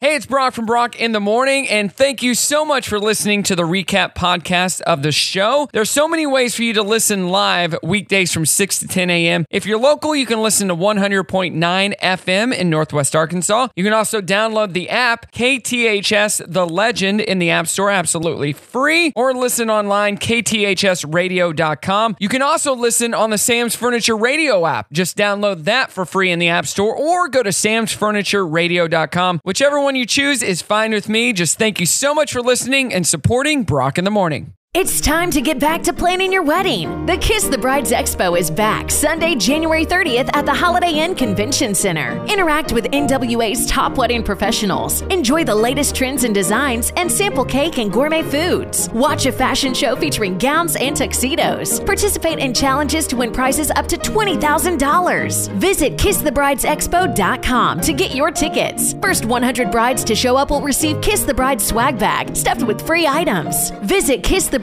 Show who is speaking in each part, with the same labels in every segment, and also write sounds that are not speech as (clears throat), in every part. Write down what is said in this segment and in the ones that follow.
Speaker 1: Hey, it's Brock from Brock in the Morning, and thank you so much for listening to the recap podcast of the show. There's so many ways for you to listen live weekdays from 6 to 10 a.m. If you're local, you can listen to 100.9 FM in Northwest Arkansas. You can also download the app KTHS The Legend in the App Store absolutely free, or listen online kthsradio.com. You can also listen on the Sam's Furniture Radio app. Just download that for free in the App Store, or go to samsfurnitureradio.com. Whichever one you choose is fine with me. Just thank you so much for listening and supporting Brock in the Morning.
Speaker 2: It's time to get back to planning your wedding. The Kiss the Brides Expo is back Sunday, January 30th at the Holiday Inn Convention Center. Interact with NWA's top wedding professionals. Enjoy the latest trends and designs and sample cake and gourmet foods. Watch a fashion show featuring gowns and tuxedos. Participate in challenges to win prizes up to $20,000. Visit kissthebridesexpo.com to get your tickets. First 100 brides to show up will receive Kiss the Bride swag bag stuffed with free items. Visit Kiss the the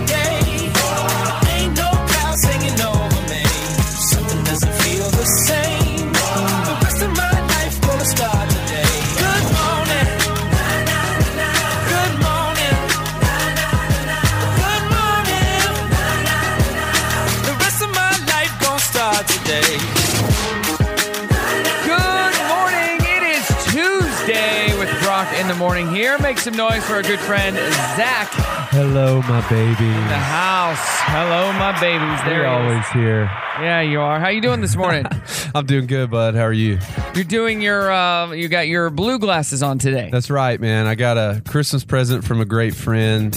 Speaker 3: day. Ain't no clouds hanging over me. Something doesn't feel the same. The rest of my life gonna start today. Good morning. Good morning. Good morning. The rest of my life gonna start today.
Speaker 1: Good morning. It is Tuesday with Brock in the Morning here. Make some noise for a good friend, Zach,
Speaker 4: Hello, my
Speaker 1: the
Speaker 4: baby.
Speaker 1: house. Hello, my babies. There
Speaker 4: You're
Speaker 1: he is.
Speaker 4: always here.
Speaker 1: Yeah, you are. How you doing this morning?
Speaker 4: I'm doing good, bud. How are you?
Speaker 1: You're doing your, uh, you got your blue glasses on today.
Speaker 4: That's right, man. I got a Christmas present from a great friend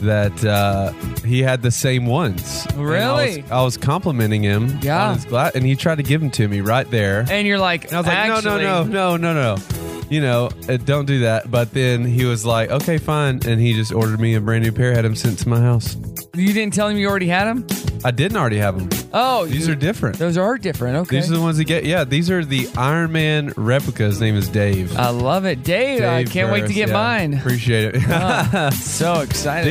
Speaker 4: that uh, he had the same ones. And I was-
Speaker 1: Really?
Speaker 4: I was, complimenting him.
Speaker 1: Yeah.
Speaker 4: On his gla- and he tried to give them to me right there.
Speaker 1: and you're like,
Speaker 4: And I was like,
Speaker 1: actually,
Speaker 4: no, no, no, no, no, no. You know, uh, don't do that. But then he was like, okay, fine. And he just ordered me a brand new pair, had them sent to my house.
Speaker 1: You didn't tell him you already had them?
Speaker 4: I didn't already have them.
Speaker 1: Oh,
Speaker 4: These
Speaker 1: you-
Speaker 4: are different.
Speaker 1: Those are different. Okay.
Speaker 4: These are the ones that get, yeah, these are the Iron Man replica. His name is Dave.
Speaker 1: I love it. Dave, Ah, I
Speaker 4: Dave
Speaker 1: can't wait to
Speaker 4: Burris,
Speaker 1: get
Speaker 4: yeah.
Speaker 1: mine. Oh,
Speaker 4: Appreciate
Speaker 1: (laughs)
Speaker 4: it.
Speaker 1: So excited.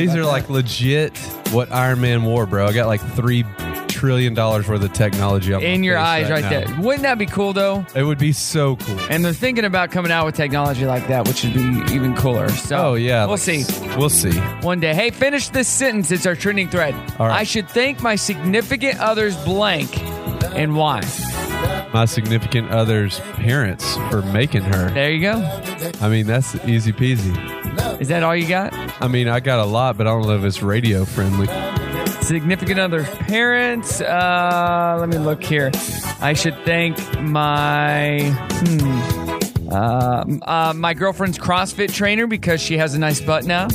Speaker 4: (laughs) These
Speaker 1: about
Speaker 4: are
Speaker 1: that.
Speaker 4: like legit what Iron Man wore, bro. I got like three trillion dollars worth of technology on my
Speaker 1: in your
Speaker 4: face
Speaker 1: eyes right,
Speaker 4: now.
Speaker 1: there. Wouldn't that be cool though?
Speaker 4: It would be so cool.
Speaker 1: And they're thinking about coming out with technology like that, which would be even cooler. So
Speaker 4: oh yeah,
Speaker 1: uh, we'll
Speaker 4: like,
Speaker 1: see
Speaker 4: We'll see.
Speaker 1: one day. Hey, finish this sentence. It's our trending thread.
Speaker 4: All right.
Speaker 1: I should thank my significant other's blank and why.
Speaker 4: My significant other's parents for making her.
Speaker 1: There you go.
Speaker 4: I mean, that's easy peasy.
Speaker 1: Is that all you got?
Speaker 4: I mean, I got a lot, but I don't know if it's radio friendly.
Speaker 1: Significant other's parents. Uh, let me look here. I should thank my. Hmm. Uh, uh, my girlfriend's CrossFit trainer because she has a nice butt now.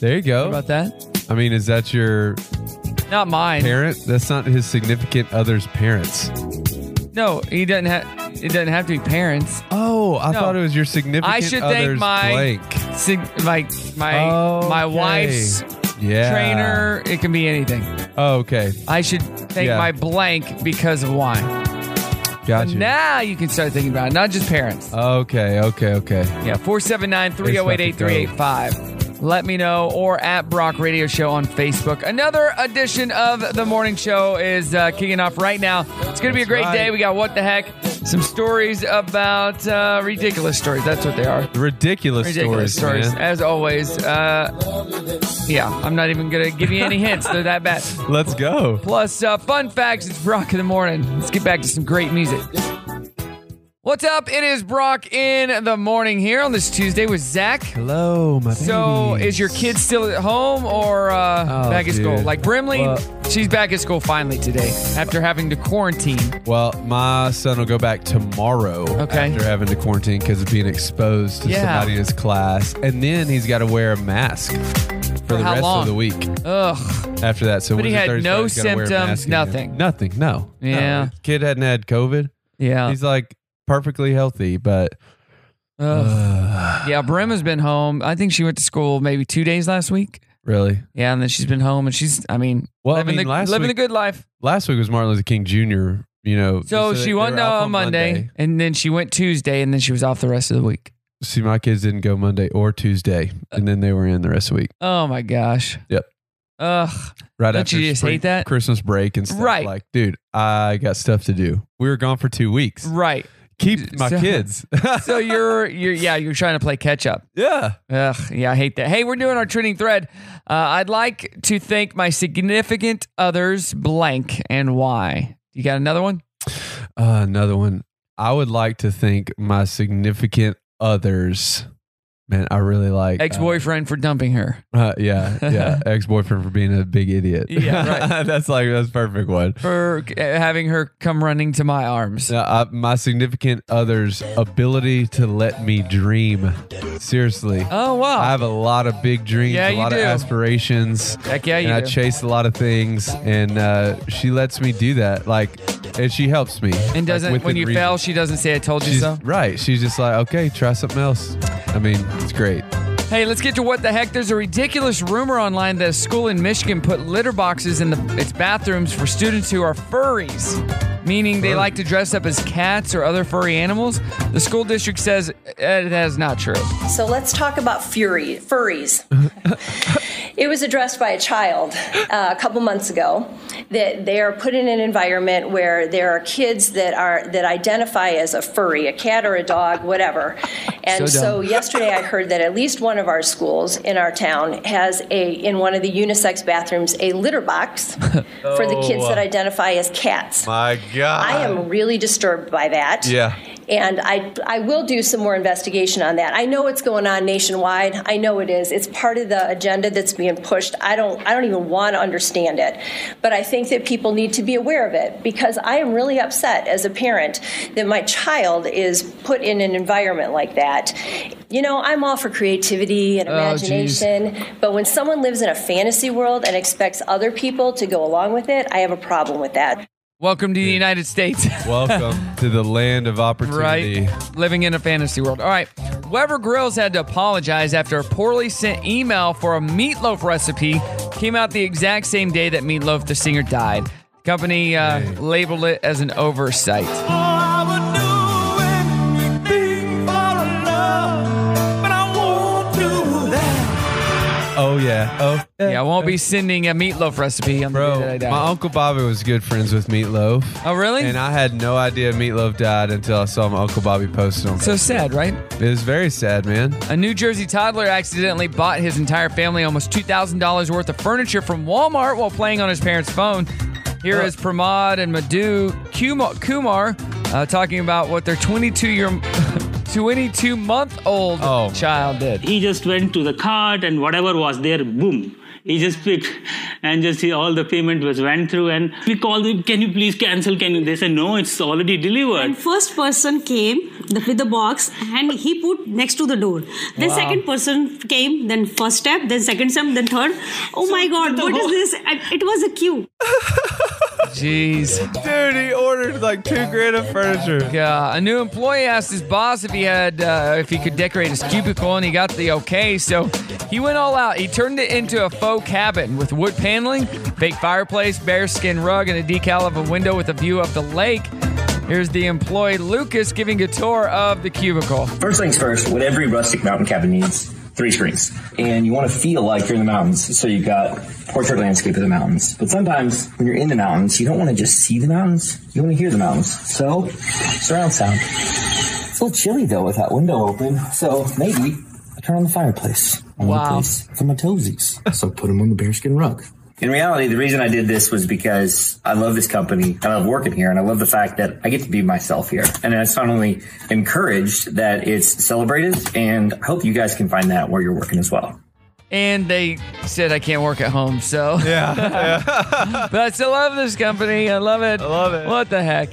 Speaker 4: There you go.
Speaker 1: About that,
Speaker 4: I mean, is that your
Speaker 1: not mine.
Speaker 4: parent? That's not his significant other's parents.
Speaker 1: No, he doesn't have. It doesn't have to be parents.
Speaker 4: Oh, I
Speaker 1: No.
Speaker 4: thought it was your significant
Speaker 1: I should thank
Speaker 4: other's
Speaker 1: my
Speaker 4: blank.
Speaker 1: Sig- like my my
Speaker 4: Okay.
Speaker 1: wife's
Speaker 4: Yeah.
Speaker 1: trainer. It can be anything.
Speaker 4: Oh, okay.
Speaker 1: I should thank
Speaker 4: Yeah.
Speaker 1: my blank because of why.
Speaker 4: Gotcha.
Speaker 1: Now you can start thinking about it, not just parents.
Speaker 4: okay, okay, okay.
Speaker 1: yeah, 479 308 8385. Let me know or at Brock Radio Show on Facebook. Another edition of the morning show is uh, kicking off right now. It's going to be a
Speaker 4: That's
Speaker 1: great
Speaker 4: right.
Speaker 1: day. We got what the heck? Some stories about uh, ridiculous stories. That's what they are.
Speaker 4: Ridiculous,
Speaker 1: ridiculous stories,
Speaker 4: stories, man.
Speaker 1: as always. Uh, yeah, I'm not even gonna give you any
Speaker 4: (laughs)
Speaker 1: hints. They're that bad.
Speaker 4: Let's go.
Speaker 1: Plus, uh, fun facts. It's Brock in the morning. Let's get back to some great music. What's up? It is Brock in the morning here on this Tuesday with Zach.
Speaker 4: Hello, my
Speaker 1: So,
Speaker 4: babies.
Speaker 1: is your kid still at home or uh,
Speaker 4: Oh,
Speaker 1: back at school?
Speaker 4: dude.
Speaker 1: Like Brimley,
Speaker 4: Well-
Speaker 1: she's back at school finally today after having to quarantine.
Speaker 4: Well, my son will go back tomorrow
Speaker 1: Okay.
Speaker 4: after having to quarantine because of being exposed to
Speaker 1: Yeah.
Speaker 4: somebody in his class, and then he's got to wear a mask for, the
Speaker 1: how
Speaker 4: rest
Speaker 1: long?
Speaker 4: of the week
Speaker 1: Ugh.
Speaker 4: after that. So,
Speaker 1: But he
Speaker 4: Wednesday,
Speaker 1: had
Speaker 4: Thursday,
Speaker 1: no
Speaker 4: he's gotta wear a mask
Speaker 1: symptoms,
Speaker 4: again.
Speaker 1: nothing.
Speaker 4: nothing. No. No.
Speaker 1: Yeah.
Speaker 4: Kid hadn't had COVID.
Speaker 1: Yeah.
Speaker 4: He's like perfectly healthy,
Speaker 1: (sighs)
Speaker 4: but
Speaker 1: Ugh. yeah. Brim has been home. I think she went to school maybe two days last week.
Speaker 4: really,
Speaker 1: Yeah, and then she's been home, and she's, I mean,
Speaker 4: Well, I
Speaker 1: living,
Speaker 4: mean,
Speaker 1: the,
Speaker 4: last
Speaker 1: living the
Speaker 4: week-
Speaker 1: good life.
Speaker 4: last week was Martin Luther King Jr. you know.
Speaker 1: So
Speaker 4: they-
Speaker 1: she
Speaker 4: they
Speaker 1: went
Speaker 4: were
Speaker 1: uh,
Speaker 4: off
Speaker 1: on Monday, and then she went Tuesday, and then she was off the rest of the week.
Speaker 4: See, my kids didn't go Monday or Tuesday,
Speaker 1: Uh.
Speaker 4: and then they were in the rest of the week.
Speaker 1: Oh my gosh.
Speaker 4: Yep.
Speaker 1: Ugh.
Speaker 4: Right
Speaker 1: Don't
Speaker 4: after
Speaker 1: you just
Speaker 4: spring-
Speaker 1: hate that?
Speaker 4: Christmas break and stuff.
Speaker 1: Right.
Speaker 4: Like, dude, I got stuff to do. We were gone for two weeks.
Speaker 1: Right.
Speaker 4: Keep my
Speaker 1: So- (laughs)
Speaker 4: kids. (laughs)
Speaker 1: So you're you're yeah you're trying to play catch up.
Speaker 4: yeah.
Speaker 1: Ugh, yeah, I hate that. Hey, we're doing our trending thread. Uh, I'd like to thank my significant others, blank, and why. You got another one?
Speaker 4: Uh, another one. I would like to thank my significant others. Man, I really like uh,
Speaker 1: Ex boyfriend for dumping her.
Speaker 4: Uh, yeah,
Speaker 1: (laughs)
Speaker 4: yeah. Ex boyfriend for being a big idiot.
Speaker 1: Yeah, right.
Speaker 4: (laughs) that's like that's a perfect one.
Speaker 1: For uh, having her come running to my arms.
Speaker 4: Now, I, my significant other's ability to let me dream. Seriously,
Speaker 1: Oh,
Speaker 4: I
Speaker 1: wow.
Speaker 4: have a lot of big dreams,
Speaker 1: Yeah,
Speaker 4: a
Speaker 1: you
Speaker 4: lot
Speaker 1: do.
Speaker 4: of aspirations.
Speaker 1: Heck yeah, you
Speaker 4: and I
Speaker 1: do.
Speaker 4: chase a lot of things, and uh, she lets me do that. Like, and she helps me.
Speaker 1: and doesn't, when you fail, she doesn't say, I told you
Speaker 4: she's
Speaker 1: so.
Speaker 4: right. She's just like, okay, try something else. I mean, it's great.
Speaker 1: Hey, let's get to what the heck. There's a ridiculous rumor online that a school in Michigan put litter boxes in the, its bathrooms for students who are furries, meaning they like to dress up as cats or other furry animals. The school district says uh, that is not true.
Speaker 5: So let's talk about fury,
Speaker 1: (laughs)
Speaker 5: furries. it was addressed by a child uh, a couple months ago that they are put in an environment where there are kids that are that identify as a furry, a cat or a
Speaker 1: (laughs)
Speaker 5: dog, whatever. And
Speaker 1: So
Speaker 5: so,
Speaker 1: dumb.
Speaker 5: yesterday I heard that at least one of our schools in our town has a in one of the unisex bathrooms a
Speaker 1: (laughs)
Speaker 5: litter box for the kids
Speaker 1: Oh, uh,
Speaker 5: that identify as cats.
Speaker 4: My God.
Speaker 5: I am really disturbed by that.
Speaker 4: Yeah.
Speaker 5: And I, I will do some more investigation on that. I know it's going on nationwide. I know it is. It's part of the agenda that's being pushed. I don't I don't even want to understand it. But I think that people need to be aware of it because I am really upset as a parent that my child is put in an environment like that. You know, I'm all for creativity and
Speaker 1: Oh, geez.
Speaker 5: imagination fiction, But when someone lives in a fantasy world and expects other people to go along with it, I have a problem with that.
Speaker 1: Welcome to the United States.
Speaker 4: Welcome to the land of opportunity.
Speaker 1: (laughs) Right? Living in a fantasy world. All right. Weber Grills had to apologize after a poorly sent email for a meatloaf recipe came out the exact same day that Meatloaf the singer died. Company uh, labeled it as an oversight.
Speaker 3: Oh, I would do anything for love, but I won't do that.
Speaker 4: Oh yeah. Oh
Speaker 1: Yeah, I won't be sending a meatloaf recipe on the day that
Speaker 4: Bro,
Speaker 1: I die.
Speaker 4: my uncle Bobby was good friends with Meatloaf.
Speaker 1: Oh, really?
Speaker 4: And I had no idea Meatloaf died until I saw my uncle Bobby post it on.
Speaker 1: so
Speaker 4: Facebook.
Speaker 1: sad, right?
Speaker 4: It was very sad, man.
Speaker 1: A New Jersey toddler accidentally bought his entire family almost $2,000 worth of furniture from Walmart while playing on his parents' phone. Here is Pramod and Madhu Kuma- Kumar uh, talking about what their 22 (laughs) year 22 month old
Speaker 4: Oh.
Speaker 1: child did.
Speaker 6: he just went to the cart and whatever was there boom he just picked and just he- all the payment was went through and we called him can you please cancel can you they said no it's already delivered
Speaker 7: And first person came the, with the box and he put next to the door. Then second person came, then first step, then second step, then third. Oh my god, what is this? And It was a queue.
Speaker 1: Jeez.
Speaker 4: Dude, he ordered like two grand of furniture.
Speaker 1: Uh, a new employee asked his boss if he had uh, if he could decorate his cubicle, and he got the okay. So he went all out. He turned it into a faux cabin with wood paneling, fake fireplace, bearskin rug, and a decal of a window with a view of the lake. Here's the employee Lucas giving a tour of the cubicle.
Speaker 8: First things first, what every rustic mountain cabin needs, three screens. And you want to feel like you're in the mountains, so you've got portrait landscape of the mountains. But sometimes when you're in the mountains, you don't want to just see the mountains, you want to hear the mountains. So, surround sound. It's a little chilly though with that window open, so maybe I turn on the fireplace. I want
Speaker 1: Wow.
Speaker 8: a place for my toesies, so put them on the bearskin rug. In reality, the reason I did this was because I love this company. I love working here and I love the fact that I get to be myself here. And it's not only encouraged that it's celebrated and I hope you guys can find that where you're working as well.
Speaker 1: and they said I can't work at home. So yeah, (laughs) but I still love this company. I love it. I
Speaker 4: love it.
Speaker 1: What the heck?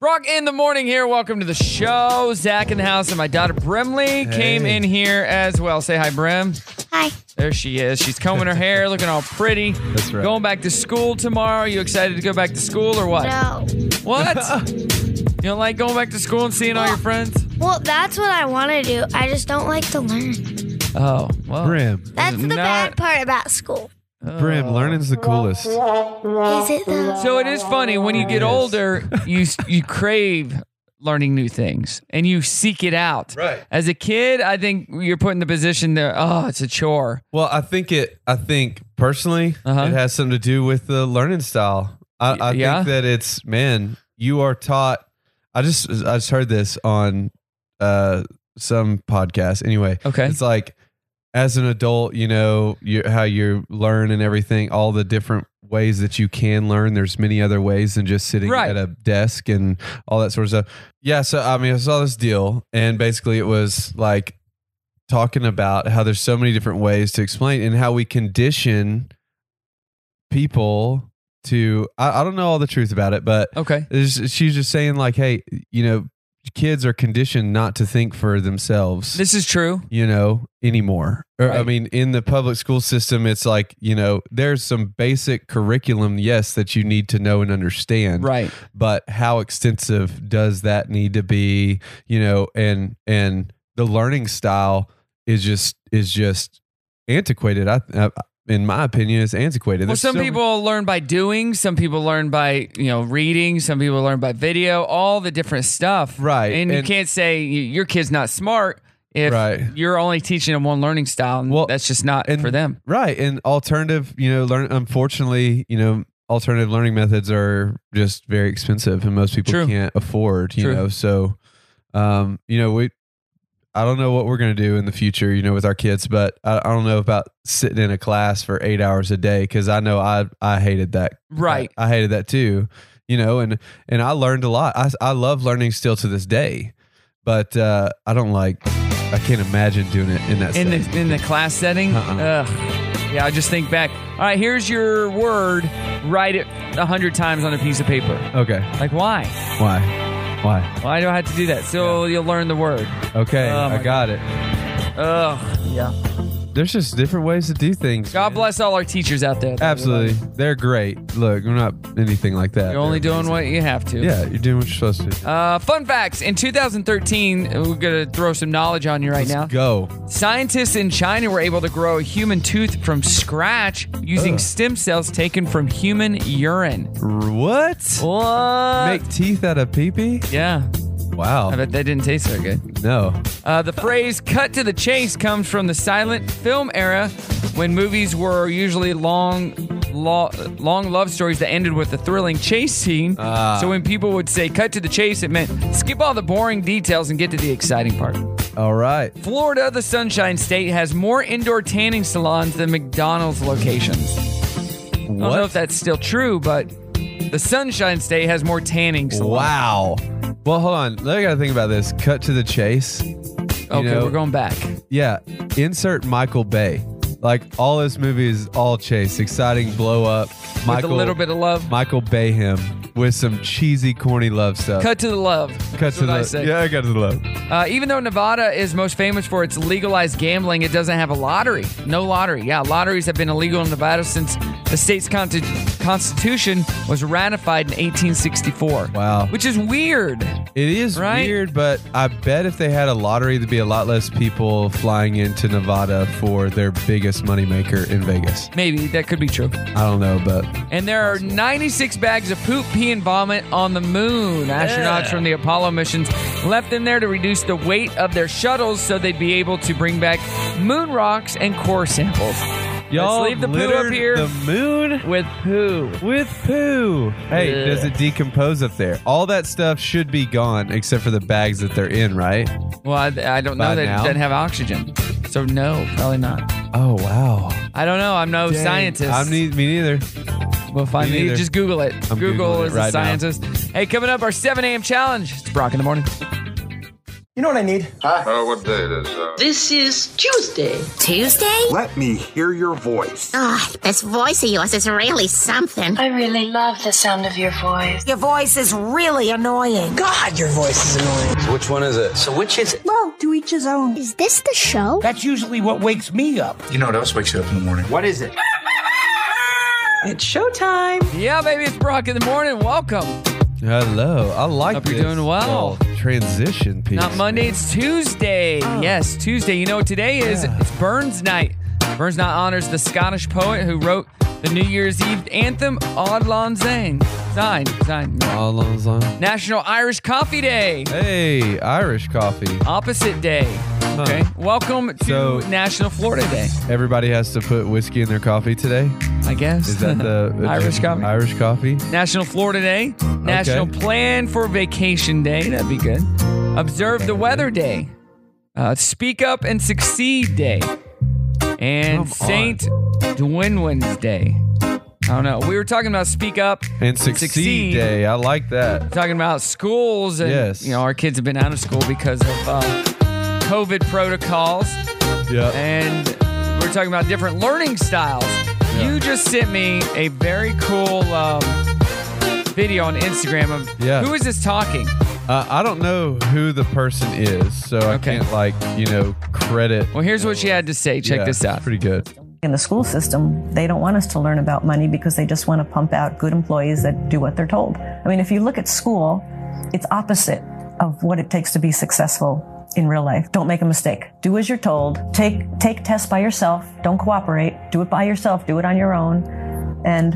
Speaker 1: Brock in the morning here. Welcome to the show. Zach in the house, and my daughter Brimley came in here as well. Say hi, Brim.
Speaker 7: Hi.
Speaker 1: There she is. She's combing her hair, looking all pretty. That's
Speaker 4: right.
Speaker 1: Going back to school tomorrow. You excited to go back to school or what?
Speaker 9: No.
Speaker 1: What? you don't like going back to school and seeing all your friends?
Speaker 9: Well, that's what I want to do. I just don't like to learn.
Speaker 1: Oh, well.
Speaker 4: Brim.
Speaker 9: That's the
Speaker 1: Not-
Speaker 9: bad part about school.
Speaker 1: Oh.
Speaker 4: Brim, learning's the coolest.
Speaker 9: Is it though?
Speaker 1: So it is funny when you get older, you you crave learning new things and you seek it out.
Speaker 4: Right.
Speaker 1: As a kid, I think you're put in the position there. Oh, it's a chore.
Speaker 4: Well, I think it. I think personally,
Speaker 1: Uh-huh.
Speaker 4: it has something to do with the learning style. I, I
Speaker 1: yeah?
Speaker 4: think that it's man, you are taught. I just I just heard this on uh, some podcast. Anyway,
Speaker 1: Okay.
Speaker 4: it's like as an adult, you know you, how you learn and everything, all the different ways that you can learn. There's many other ways than just sitting
Speaker 1: Right.
Speaker 4: at a desk and all that sort of stuff. Yeah, so I mean, I saw this deal, and basically it was like talking about how there's so many different ways to explain and how we condition people to. I, I don't know all the truth about it, but
Speaker 1: Okay.
Speaker 4: there's- she's just saying like, hey, you know, kids are conditioned not to think for themselves
Speaker 1: This is true.
Speaker 4: you know, anymore. Or, I
Speaker 1: Right.
Speaker 4: mean, in the public school system, it's like, you know, there's some basic curriculum, yes, that you need to know and understand.
Speaker 1: Right.
Speaker 4: But how extensive does that need to be? You know, and and the learning style is just is just antiquated. I, I in my opinion, it's antiquated.
Speaker 1: Well,
Speaker 4: There's
Speaker 1: some
Speaker 4: so-
Speaker 1: people learn by doing, some people learn by, you know, reading, some people learn by video, all the different stuff.
Speaker 4: Right,
Speaker 1: And, you
Speaker 4: and-
Speaker 1: can't say y- your kid's not smart if
Speaker 4: Right.
Speaker 1: you're only teaching them one learning style. And
Speaker 4: Well,
Speaker 1: that's just not
Speaker 4: and-
Speaker 1: for them.
Speaker 4: right and alternative you know learn unfortunately you know alternative learning methods are just very expensive and most people
Speaker 1: True.
Speaker 4: can't afford you
Speaker 1: True.
Speaker 4: know so um you know we i don't know what we're going to do in the future you know with our kids but I, I don't know about sitting in a class for eight hours a day because i know i i hated that
Speaker 1: Right.
Speaker 4: I, I hated that too you know and and i learned a lot i, I love learning still to this day but uh i don't like i can't imagine doing it in that
Speaker 1: in
Speaker 4: setting.
Speaker 1: the in the class setting.
Speaker 4: Uh-uh.
Speaker 1: Ugh. Yeah, I just think back. All right, here's your word. Write it a hundred times on a piece of paper.
Speaker 4: okay
Speaker 1: Like why?
Speaker 4: Why? Why?
Speaker 1: Why do I have to do that? So you'll learn the word.
Speaker 4: Okay,
Speaker 1: Oh, my
Speaker 4: I got it.
Speaker 1: Ugh.
Speaker 4: There's just different ways to do things.
Speaker 1: God
Speaker 4: man.
Speaker 1: bless all our teachers out there.
Speaker 4: Absolutely. They're great. Look, we're not anything like that.
Speaker 1: You're only
Speaker 4: They're
Speaker 1: doing what you have to.
Speaker 4: amazing. Yeah, you're doing what you're supposed to. do.
Speaker 1: Uh, fun facts. In 2013, we're going to throw some knowledge on you right now.
Speaker 4: Go.
Speaker 1: Scientists in China were able to grow a human tooth from scratch using
Speaker 4: Ugh.
Speaker 1: stem cells taken from human urine.
Speaker 4: R- What?
Speaker 1: What?
Speaker 4: Make teeth out of pee-pee?
Speaker 1: yeah. I
Speaker 4: Wow.
Speaker 1: bet that didn't taste so good.
Speaker 4: No.
Speaker 1: Uh, the phrase cut to the chase comes from the silent film era when movies were usually long, lo- long love stories that ended with a thrilling chase scene.
Speaker 4: Ah.
Speaker 1: so when people would say cut to the chase, it meant skip all the boring details and get to the exciting part.
Speaker 4: All right.
Speaker 1: Florida, the Sunshine State, has more indoor tanning salons than McDonald's locations. I don't know if
Speaker 4: What?
Speaker 1: that's still true, but the Sunshine State has more tanning salons.
Speaker 4: Wow. Well, hold on. Let me gotta think about this. Cut to the chase.
Speaker 1: Okay,
Speaker 4: know-
Speaker 1: we're going back.
Speaker 4: Yeah. Insert Michael Bay. Like all his movies, all chase, exciting blow up. Michael,
Speaker 1: With a little bit of love.
Speaker 4: Michael Bay him with some cheesy, corny love stuff.
Speaker 1: Cut to the love.
Speaker 4: Cut
Speaker 1: That's
Speaker 4: to
Speaker 1: what
Speaker 4: the
Speaker 1: I say.
Speaker 4: yeah, I cut to the love.
Speaker 1: Uh, even though Nevada is most famous for its legalized gambling, it doesn't have a lottery. No lottery. Yeah, lotteries have been illegal in Nevada since the state's conti- constitution was ratified in 1864.
Speaker 4: Wow.
Speaker 1: Which is weird.
Speaker 4: It is
Speaker 1: Right?
Speaker 4: weird, but I bet if they had a lottery, there'd be a lot less people flying into Nevada for their biggest moneymaker in Vegas.
Speaker 1: Maybe that could be true.
Speaker 4: I don't know, but
Speaker 1: And there are 96 bags of poop, pee, and vomit on the moon. Astronauts from the Apollo missions left them there to reduce the weight of their shuttles so they'd be able to bring back moon rocks and core samples.
Speaker 4: y'all
Speaker 1: leave the poo up
Speaker 4: littered
Speaker 1: here.
Speaker 4: The moon
Speaker 1: With poo.
Speaker 4: with poo. Hey,
Speaker 1: Ugh.
Speaker 4: does it decompose up there? All that stuff should be gone except for the bags that they're in, right?
Speaker 1: Well, I, I don't know.
Speaker 4: By
Speaker 1: They
Speaker 4: now?
Speaker 1: doesn't have oxygen. So, no, probably not.
Speaker 4: Oh wow.
Speaker 1: I don't know. I'm no scientist.
Speaker 4: I'm ne- me neither.
Speaker 1: we'll find
Speaker 4: me
Speaker 1: it.
Speaker 4: neither.
Speaker 1: Just Google it.
Speaker 4: I'm
Speaker 1: Google
Speaker 4: Googling it
Speaker 1: is a
Speaker 4: right now.
Speaker 1: scientist. Hey, coming up, our 7 a.m. challenge. It's Brock in the morning.
Speaker 8: You know what I need?
Speaker 10: Oh, what day it is uh,
Speaker 11: This is Tuesday.
Speaker 9: Tuesday?
Speaker 3: Let me hear your voice.
Speaker 9: Ah, this voice of yours is really something.
Speaker 11: I really love the sound of your voice.
Speaker 12: Your voice is really annoying.
Speaker 3: God, your voice is annoying. Which one is it? So which is it?
Speaker 12: Well, to each his own.
Speaker 9: Is this the show?
Speaker 3: That's usually what wakes me up.
Speaker 10: You know what else wakes you up in the morning? What is it?
Speaker 12: It's showtime.
Speaker 1: Yeah, baby, it's Brock in the morning. Welcome.
Speaker 4: Hello. I like
Speaker 1: Hope you're
Speaker 4: this
Speaker 1: doing well.
Speaker 4: little Transition piece. Ah.
Speaker 1: Not Monday, it's Tuesday. Yes, Tuesday. You know what today is? It's Burns night. Burns Night honors the Scottish poet who wrote the New Year's Eve anthem, Auld Lang Syne. Syne, Syne.
Speaker 4: All on his own.
Speaker 1: National Irish Coffee Day.
Speaker 4: Hey, Irish coffee.
Speaker 1: Opposite Day. Okay. Welcome to
Speaker 4: So-
Speaker 1: National Florida Day.
Speaker 4: Everybody has to put whiskey in their coffee today.
Speaker 1: I guess.
Speaker 4: Is that the
Speaker 1: (laughs) Irish coffee?
Speaker 4: Irish coffee.
Speaker 1: National Florida Day. National Plan for Vacation Day. That'd be good. Observe the Weather Day. Uh, Speak Up and Succeed Day. And
Speaker 4: Come
Speaker 1: Saint Dwinwin's Day. I don't know. We were talking about Speak Up
Speaker 4: And succeed, day. I like that.
Speaker 1: talking about schools and
Speaker 4: Yes.
Speaker 1: you know our kids have been out of school because of uh, covid protocols
Speaker 4: Yeah.
Speaker 1: and we're talking about different learning styles you just sent me a very cool um, video on instagram of
Speaker 4: Yeah.
Speaker 1: who is this talking
Speaker 4: Uh, I don't know who the person is, so I can't like you know credit.
Speaker 1: well here's what she had to say check
Speaker 4: Yeah,
Speaker 1: this out
Speaker 4: Pretty good.
Speaker 13: In the school system, they don't want us to learn about money because they just want to pump out good employees that do what they're told. I mean, if you look at school, it's opposite of what it takes to be successful in real life. Don't make a mistake. Do as you're told. Take take tests by yourself. Don't cooperate. Do it by yourself. Do it on your own. And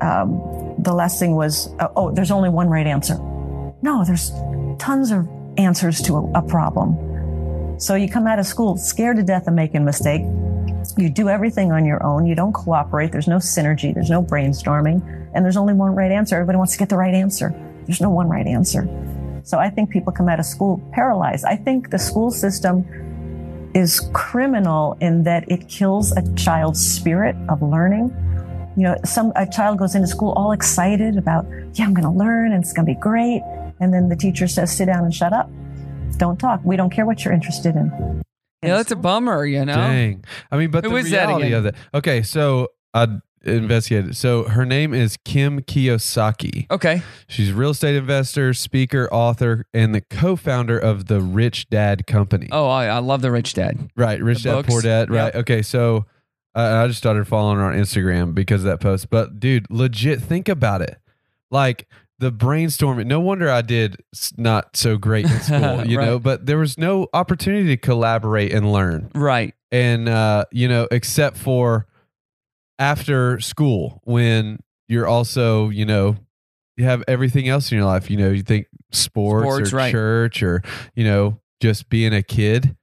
Speaker 13: um, the last thing was, uh, oh, there's only one right answer. No, there's tons of answers to a, a problem. So you come out of school scared to death of making a mistake. You do everything on your own. You don't cooperate. There's no synergy. There's no brainstorming. And there's only one right answer. Everybody wants to get the right answer. There's no one right answer. So I think people come out of school paralyzed. I think the school system is criminal in that it kills a child's spirit of learning. You know, some a child goes into school all excited about, yeah, I'm going to learn and it's going to be great, and then the teacher says, "Sit down and shut up. Don't talk. We don't care what you're interested in."
Speaker 1: yeah that's a bummer you know
Speaker 4: Dang. I mean, but
Speaker 1: Who
Speaker 4: the
Speaker 1: is that
Speaker 4: reality
Speaker 1: again?
Speaker 4: of that. Okay, so I investigated. So her name is Kim Kiyosaki.
Speaker 1: Okay.
Speaker 4: She's a real estate investor, speaker, author, and the co-founder of the Rich Dad Company.
Speaker 1: oh I, I love the rich dad
Speaker 4: Right, Rich
Speaker 1: The
Speaker 4: Dad Poor
Speaker 1: books.
Speaker 4: Dad. Right.
Speaker 1: Yep.
Speaker 4: Okay, so uh, I just started following her on Instagram because of that post. But dude, legit, think about it. Like the brainstorming. No wonder I did s- not so great in school,
Speaker 1: (laughs)
Speaker 4: you know.
Speaker 1: Right.
Speaker 4: But there was no opportunity to collaborate and learn,
Speaker 1: right
Speaker 4: and uh, you know, except for after school when you're also, you know. You have everything else in your life, you know. You think sports,
Speaker 1: Sports,
Speaker 4: or
Speaker 1: right.
Speaker 4: church, or you know, just being a kid.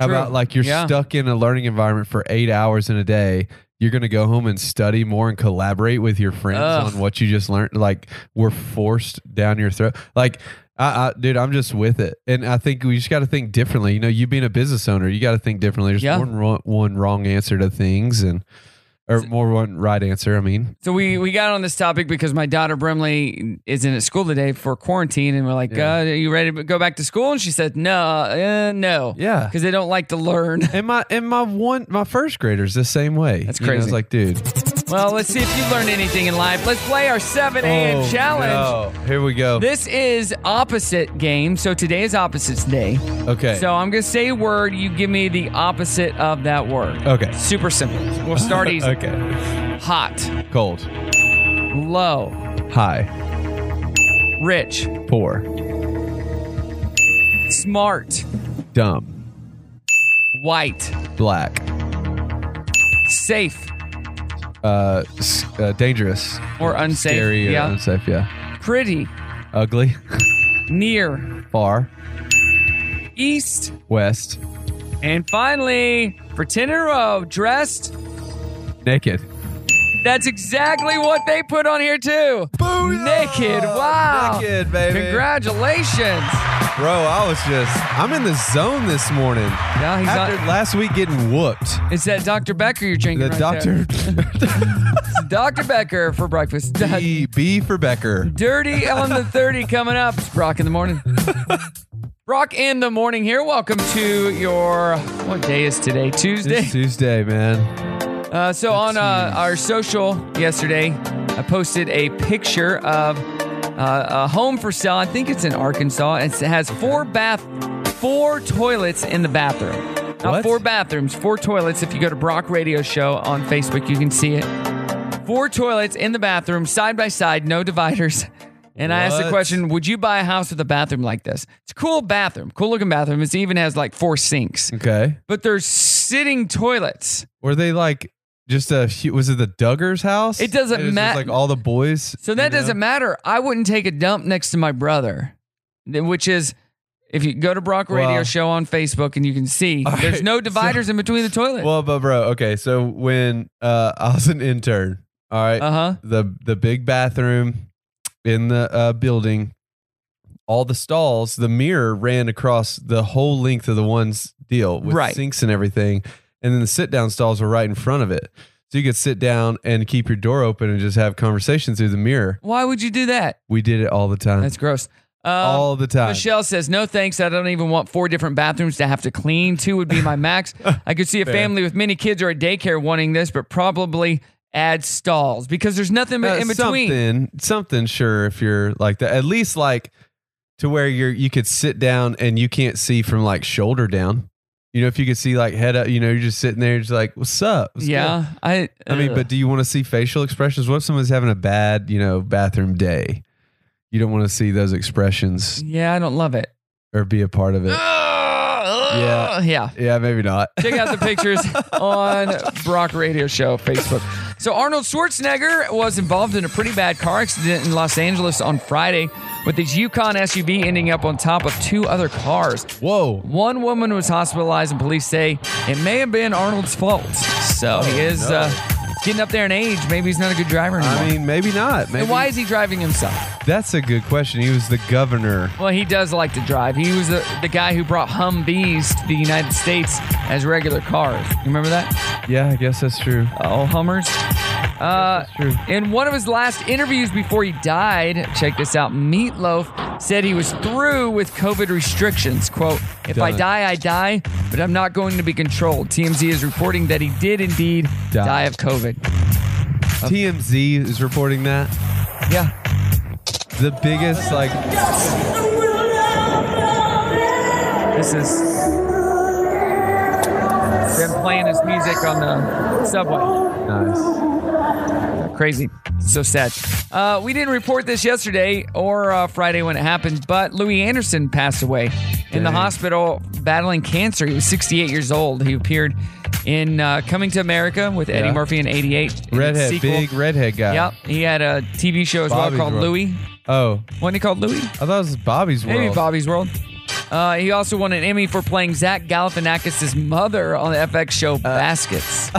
Speaker 4: How
Speaker 1: True.
Speaker 4: about like you're
Speaker 1: Yeah.
Speaker 4: stuck in a learning environment for eight hours in a day? You're going to go home and study more and collaborate with your friends
Speaker 1: Ugh.
Speaker 4: on what you just learned. Like we're forced down your throat. Like, I, I dude, I'm just with it, and I think we just got to think differently. You know, you being a business owner, you got to think differently. There's
Speaker 1: Yeah.
Speaker 4: more than one, one wrong answer to things, and or more one right answer. I mean,
Speaker 1: So we we got on this topic because my daughter Brimley isn't at school today for quarantine, and we're like, uh, "Are you ready to go back to school?" And she said, "No, uh, no,
Speaker 4: Yeah.
Speaker 1: because they don't like to learn."
Speaker 4: and my and my one my first graders the same way. That's
Speaker 1: crazy.
Speaker 4: it's like, dude,
Speaker 1: well, let's see if you learned anything in life. Let's play our seven a.m.
Speaker 4: Oh,
Speaker 1: challenge.
Speaker 4: no. Here we go.
Speaker 1: This is opposite game. So today is opposites day.
Speaker 4: okay.
Speaker 1: So I'm gonna say a word. You give me the opposite of that word.
Speaker 4: Okay.
Speaker 1: Super simple.
Speaker 4: (laughs)
Speaker 1: We'll start easy.
Speaker 4: okay.
Speaker 1: Hot,
Speaker 4: Cold.
Speaker 1: low,
Speaker 4: High.
Speaker 1: rich,
Speaker 4: Poor.
Speaker 1: smart,
Speaker 4: dumb,
Speaker 1: white,
Speaker 4: black,
Speaker 1: safe.
Speaker 4: uh, s- uh dangerous,
Speaker 1: Or unsafe,
Speaker 4: scary, or
Speaker 1: yeah.
Speaker 4: unsafe, yeah,
Speaker 1: pretty,
Speaker 4: ugly,
Speaker 1: near,
Speaker 4: far,
Speaker 1: east,
Speaker 4: west,
Speaker 1: and finally, for 10 in a row, dressed.
Speaker 4: naked.
Speaker 1: That's exactly what they put on here, too. Naked. Wow.
Speaker 4: Oh, Naked, baby.
Speaker 1: Congratulations.
Speaker 4: Bro, I was just, I'm in the zone this morning.
Speaker 1: Yeah, he's
Speaker 4: After
Speaker 1: on-
Speaker 4: last week getting whooped,
Speaker 1: Is that Dr. Becker you're drinking?
Speaker 4: the
Speaker 1: right
Speaker 4: doctor,
Speaker 1: there? (laughs) It's Dr. Becker for breakfast.
Speaker 4: B, B for Becker. (laughs)
Speaker 1: Dirty on the 30 coming up. It's Brock in the morning. Brock in the morning here. Welcome to your, what day is today? Tuesday.
Speaker 4: It's Tuesday, man.
Speaker 1: Uh, so on uh, our social yesterday, I posted a picture of uh, a home for sale. I think it's in Arkansas. It has four bath, four toilets in the bathroom. Not
Speaker 4: What?
Speaker 1: four bathrooms, four toilets. If you go to Brock Radio Show on Facebook, you can see it. Four toilets in the bathroom, side by side, no dividers. And I asked the
Speaker 4: What?
Speaker 1: question, would you buy a house with a bathroom like this? It's a cool bathroom, cool looking bathroom. It even has like four sinks.
Speaker 4: Okay.
Speaker 1: But there's sitting toilets.
Speaker 4: Were they like just a? hu- Was it the Duggar's house?
Speaker 1: It doesn't
Speaker 4: It was just,
Speaker 1: mat-
Speaker 4: Like all the boys.
Speaker 1: So that doesn't matter. I wouldn't take a dump next to my brother, th- which is if you go to Brock Radio
Speaker 4: Well-
Speaker 1: Show on Facebook and you can see there's
Speaker 4: right,
Speaker 1: no dividers in between the toilets.
Speaker 4: Well, but bro, okay. So when uh, (laughs) I was an intern, all right,
Speaker 1: Uh-huh.
Speaker 4: the the big bathroom in the uh, building, all the stalls, the mirror ran across the whole length of the one's deal with
Speaker 1: Right.
Speaker 4: sinks and everything, and then the sit down stalls were right in front of it, so you could sit down and keep your door open and just have conversations through the mirror.
Speaker 1: Why would you do that?
Speaker 4: We did it all the time.
Speaker 1: That's gross. Um,
Speaker 4: all the time.
Speaker 1: Michelle says, "No thanks. I don't even want four different bathrooms to have to clean. Two would be
Speaker 4: (laughs)
Speaker 1: my max. I could see a
Speaker 4: Fair.
Speaker 1: family with many kids or a daycare wanting this, but probably add stalls because there's nothing
Speaker 4: Uh,
Speaker 1: in between.
Speaker 4: Something, something. Sure, if you're like that, at least like to where you're you could sit down and you can't see from like shoulder down. You know, if you could see like head up, you know, you're just sitting there, just like, what's up? What's
Speaker 1: Yeah,
Speaker 4: good?"
Speaker 1: I. uh,
Speaker 4: I mean, but do you want to see facial expressions? What if someone's having a bad, you know, bathroom day? You don't want to see those expressions
Speaker 1: yeah, I don't love it.
Speaker 4: or be a part of it. yeah,
Speaker 1: yeah,
Speaker 4: yeah. Maybe not.
Speaker 1: Check out the pictures on Brock Radio Show Facebook. So Arnold Schwarzenegger was involved in a pretty bad car accident in Los Angeles on Friday with his Yukon SUV ending up on top of two other cars.
Speaker 4: Whoa.
Speaker 1: One woman was hospitalized and police say it may have been Arnold's fault. So he is
Speaker 4: Oh, no.
Speaker 1: uh, getting up there in age. Maybe he's not a good driver anymore.
Speaker 4: I mean, maybe not. Maybe
Speaker 1: and why is he driving himself?
Speaker 4: that's a good question. He was the governor.
Speaker 1: Well, he does like to drive. He was the, the guy who brought Humvees to the United States as regular cars. You remember that?
Speaker 4: Yeah, I guess that's true.
Speaker 1: Oh, Hummers. Uh, in one of his last interviews before he died, check this out. Meatloaf said he was through with COVID restrictions. "Quote: If I
Speaker 14: Done.
Speaker 1: die, I die, but I'm not going to be controlled." TMZ is reporting that he did indeed
Speaker 4: Die.
Speaker 1: die of COVID.
Speaker 4: TMZ is reporting that.
Speaker 1: Yeah.
Speaker 4: The biggest like
Speaker 1: This is them playing his music on the subway. Crazy. So sad. Uh, we didn't report this yesterday or uh, Friday when it happened, but Louis Anderson passed away in the
Speaker 14: Dang.
Speaker 1: hospital battling cancer. He was 68 years old. He appeared in uh, Coming to America with Eddie
Speaker 4: Yeah.
Speaker 1: Murphy in 88. in its
Speaker 4: redhead,
Speaker 1: sequel.
Speaker 4: big redhead guy.
Speaker 1: Yep. He had a TV show as
Speaker 4: Bobby's
Speaker 1: well called
Speaker 4: World.
Speaker 1: Louis.
Speaker 4: Oh,
Speaker 1: Wasn't he called Louis?
Speaker 4: I thought it was Bobby's world.
Speaker 1: Maybe Bobby's World. Uh, he also won an Emmy for playing Zach Galifianakis' mother on the FX show Baskets.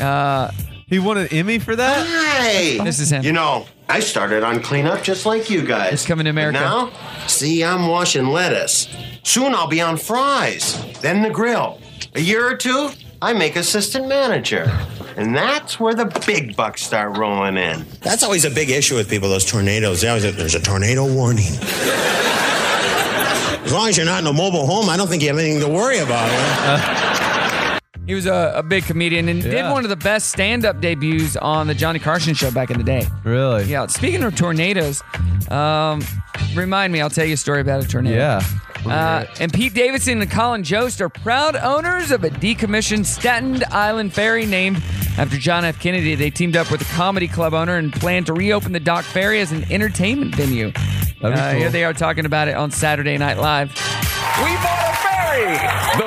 Speaker 1: uh,
Speaker 4: he won an Emmy for that.
Speaker 15: Hey,
Speaker 1: This is him.
Speaker 15: You know, I started on cleanup just like you guys. It's coming to America now. See, I'm washing lettuce. Soon I'll be on fries, then the grill. A year or two, I make assistant manager, and that's where the big bucks start rolling in.
Speaker 16: That's always a big issue with people, those tornadoes. They always, there's a tornado warning. (laughs) as long as you're not in a mobile home, I don't think you have anything to worry about.
Speaker 1: he was a, a big comedian and did
Speaker 16: Yeah.
Speaker 1: one of the best stand up debuts on the Johnny Carson show back in the day.
Speaker 4: Really?
Speaker 1: Yeah. Speaking of tornadoes, um, remind me, I'll tell you a story about a tornado.
Speaker 4: Yeah.
Speaker 1: Uh, and Pete Davidson and Colin Jost are proud owners of a decommissioned Staten Island ferry named after John F. Kennedy. They teamed up with a comedy club owner and plan to reopen the dock ferry as an entertainment venue.
Speaker 14: be
Speaker 1: Uh, Here
Speaker 14: cool.
Speaker 1: they are talking about it on Saturday Night Live.
Speaker 14: We bought a ferry,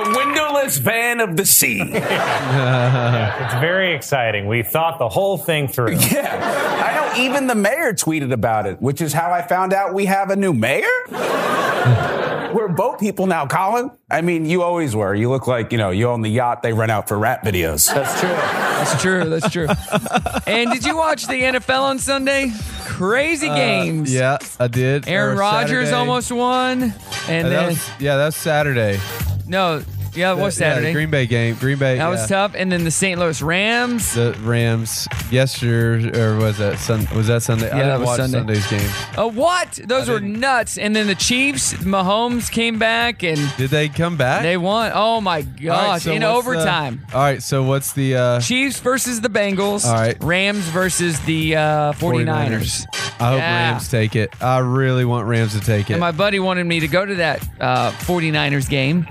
Speaker 14: the windowless van of the sea.
Speaker 17: it's very exciting. We thought the whole thing through.
Speaker 18: (laughs) Yeah. I know even the mayor tweeted about it, which is how I found out we have a new mayor. (laughs) We're boat people now, Colin. I mean, you always were. You look like, you know, you own the yacht they rent out for rap videos. That's true.
Speaker 1: That's true. That's true. and did you watch the NFL on Sunday? Crazy
Speaker 4: Uh,
Speaker 1: games.
Speaker 4: yeah, I did.
Speaker 1: Aaron
Speaker 4: Or
Speaker 1: Rodgers
Speaker 4: Saturday.
Speaker 1: almost won. And
Speaker 4: Uh, that
Speaker 1: then,
Speaker 4: was- yeah, that's Saturday.
Speaker 1: no, yeah, it was
Speaker 4: Yeah, the
Speaker 1: Saturday.
Speaker 4: Green Bay game. Green Bay.
Speaker 1: that was
Speaker 4: yeah.
Speaker 1: tough. And then the St. Louis Rams.
Speaker 4: The Rams yesterday, or was that Sun? Was that Sunday? I
Speaker 1: Yeah, that
Speaker 4: didn't
Speaker 1: was
Speaker 4: watch
Speaker 1: Sunday.
Speaker 4: Sunday's game.
Speaker 1: Uh, what? Those were nuts. And then the Chiefs, Mahomes came back and
Speaker 4: Did they come back?
Speaker 1: they won. Oh my
Speaker 4: All right,
Speaker 1: gosh!
Speaker 4: so
Speaker 1: In
Speaker 4: what's the-
Speaker 1: overtime,
Speaker 4: all right, so what's the uh,
Speaker 1: Chiefs versus the Bengals.
Speaker 4: All right.
Speaker 1: Rams versus the uh, 49ers.
Speaker 4: I hope
Speaker 1: Yeah.
Speaker 4: Rams take it. I really want Rams to take it.
Speaker 1: And my buddy wanted me to go to that uh, 49ers game,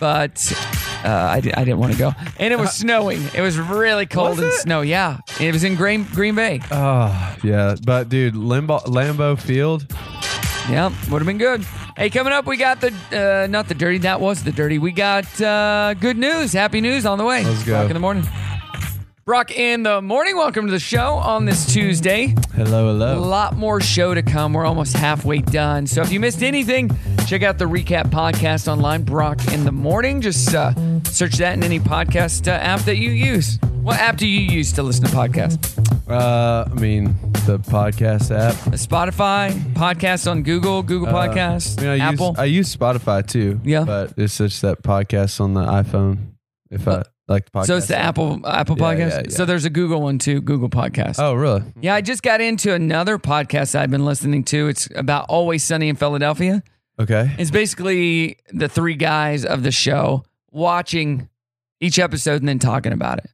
Speaker 1: but uh, I, di- I didn't want to go.
Speaker 4: (laughs)
Speaker 1: And it was snowing. It was really cold
Speaker 4: Was
Speaker 1: and
Speaker 4: it?
Speaker 1: snow. Yeah, it was in Green Green Bay.
Speaker 4: Oh, yeah. But, dude, Lambo, Lambeau Field.
Speaker 1: Yeah, would have been good. Hey, coming up, we got the uh, not the dirty. That was the dirty. We got uh, good news, happy news on the way.
Speaker 4: Let's go.
Speaker 1: Brock in the morning. Brock in the morning. Welcome to the show on this Tuesday.
Speaker 4: Hello,
Speaker 1: A
Speaker 4: hello.
Speaker 1: lot more show to come. We're almost halfway done. So if you missed anything, check out the recap podcast online, Brock in the Morning. Just uh, search that in any podcast uh, app that you use. What app do you use to listen to podcasts? Uh,
Speaker 4: Uh, I mean, the podcast app.
Speaker 1: Spotify, podcasts on Google, Google
Speaker 4: Uh,
Speaker 1: Podcasts,
Speaker 4: I, mean, I
Speaker 1: Apple.
Speaker 4: Use, I use Spotify too. Yeah. But it's just that podcast on the iPhone. If I like the podcast.
Speaker 1: so it's the Apple Apple
Speaker 4: Yeah,
Speaker 1: Podcast.
Speaker 4: yeah, yeah.
Speaker 1: So there's a Google one too, Google Podcast.
Speaker 4: Oh, really?
Speaker 1: Yeah, I just got into another podcast I've been listening to. It's about Always Sunny in Philadelphia.
Speaker 4: Okay.
Speaker 1: It's basically the three guys of the show watching each episode and then talking about it.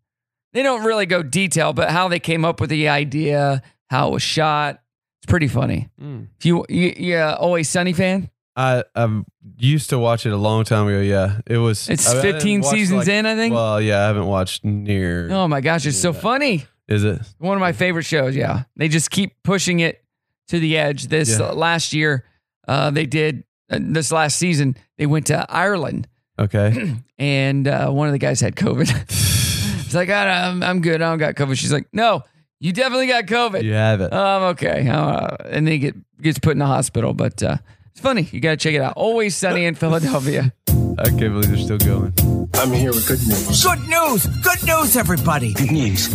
Speaker 1: They don't really go detail, but how they came up with the idea, how it was shot. It's pretty funny.
Speaker 4: Mm.
Speaker 1: If you, you, you uh, Always Sunny fan?
Speaker 4: I I used to watch it a long time ago. Yeah, it was.
Speaker 1: It's
Speaker 4: I mean, I didn't
Speaker 1: 15
Speaker 4: watch,
Speaker 1: seasons
Speaker 4: like-
Speaker 1: in, I think.
Speaker 4: Well, yeah, I haven't watched near.
Speaker 1: Oh my gosh, it's so funny.
Speaker 4: Is it?
Speaker 1: One of my favorite shows. Yeah, they just keep pushing it to the edge. This
Speaker 4: Yeah.
Speaker 1: uh, last year, uh, they did uh, this last season. They went to Ireland, (clears throat)
Speaker 4: Okay.
Speaker 1: and uh, one of the guys had COVID. (laughs) He's like, "I don't- I'm, I'm good. I don't got COVID. She's like, No, you definitely got COVID.
Speaker 4: You have it.
Speaker 1: Um, okay. Uh, and then he get, gets put in the hospital. But uh, it's funny. You got to check it out. Always sunny in Philadelphia.
Speaker 4: I can't believe they're still going.
Speaker 10: I'm here with good news.
Speaker 3: Good news! Good news, everybody! Good news.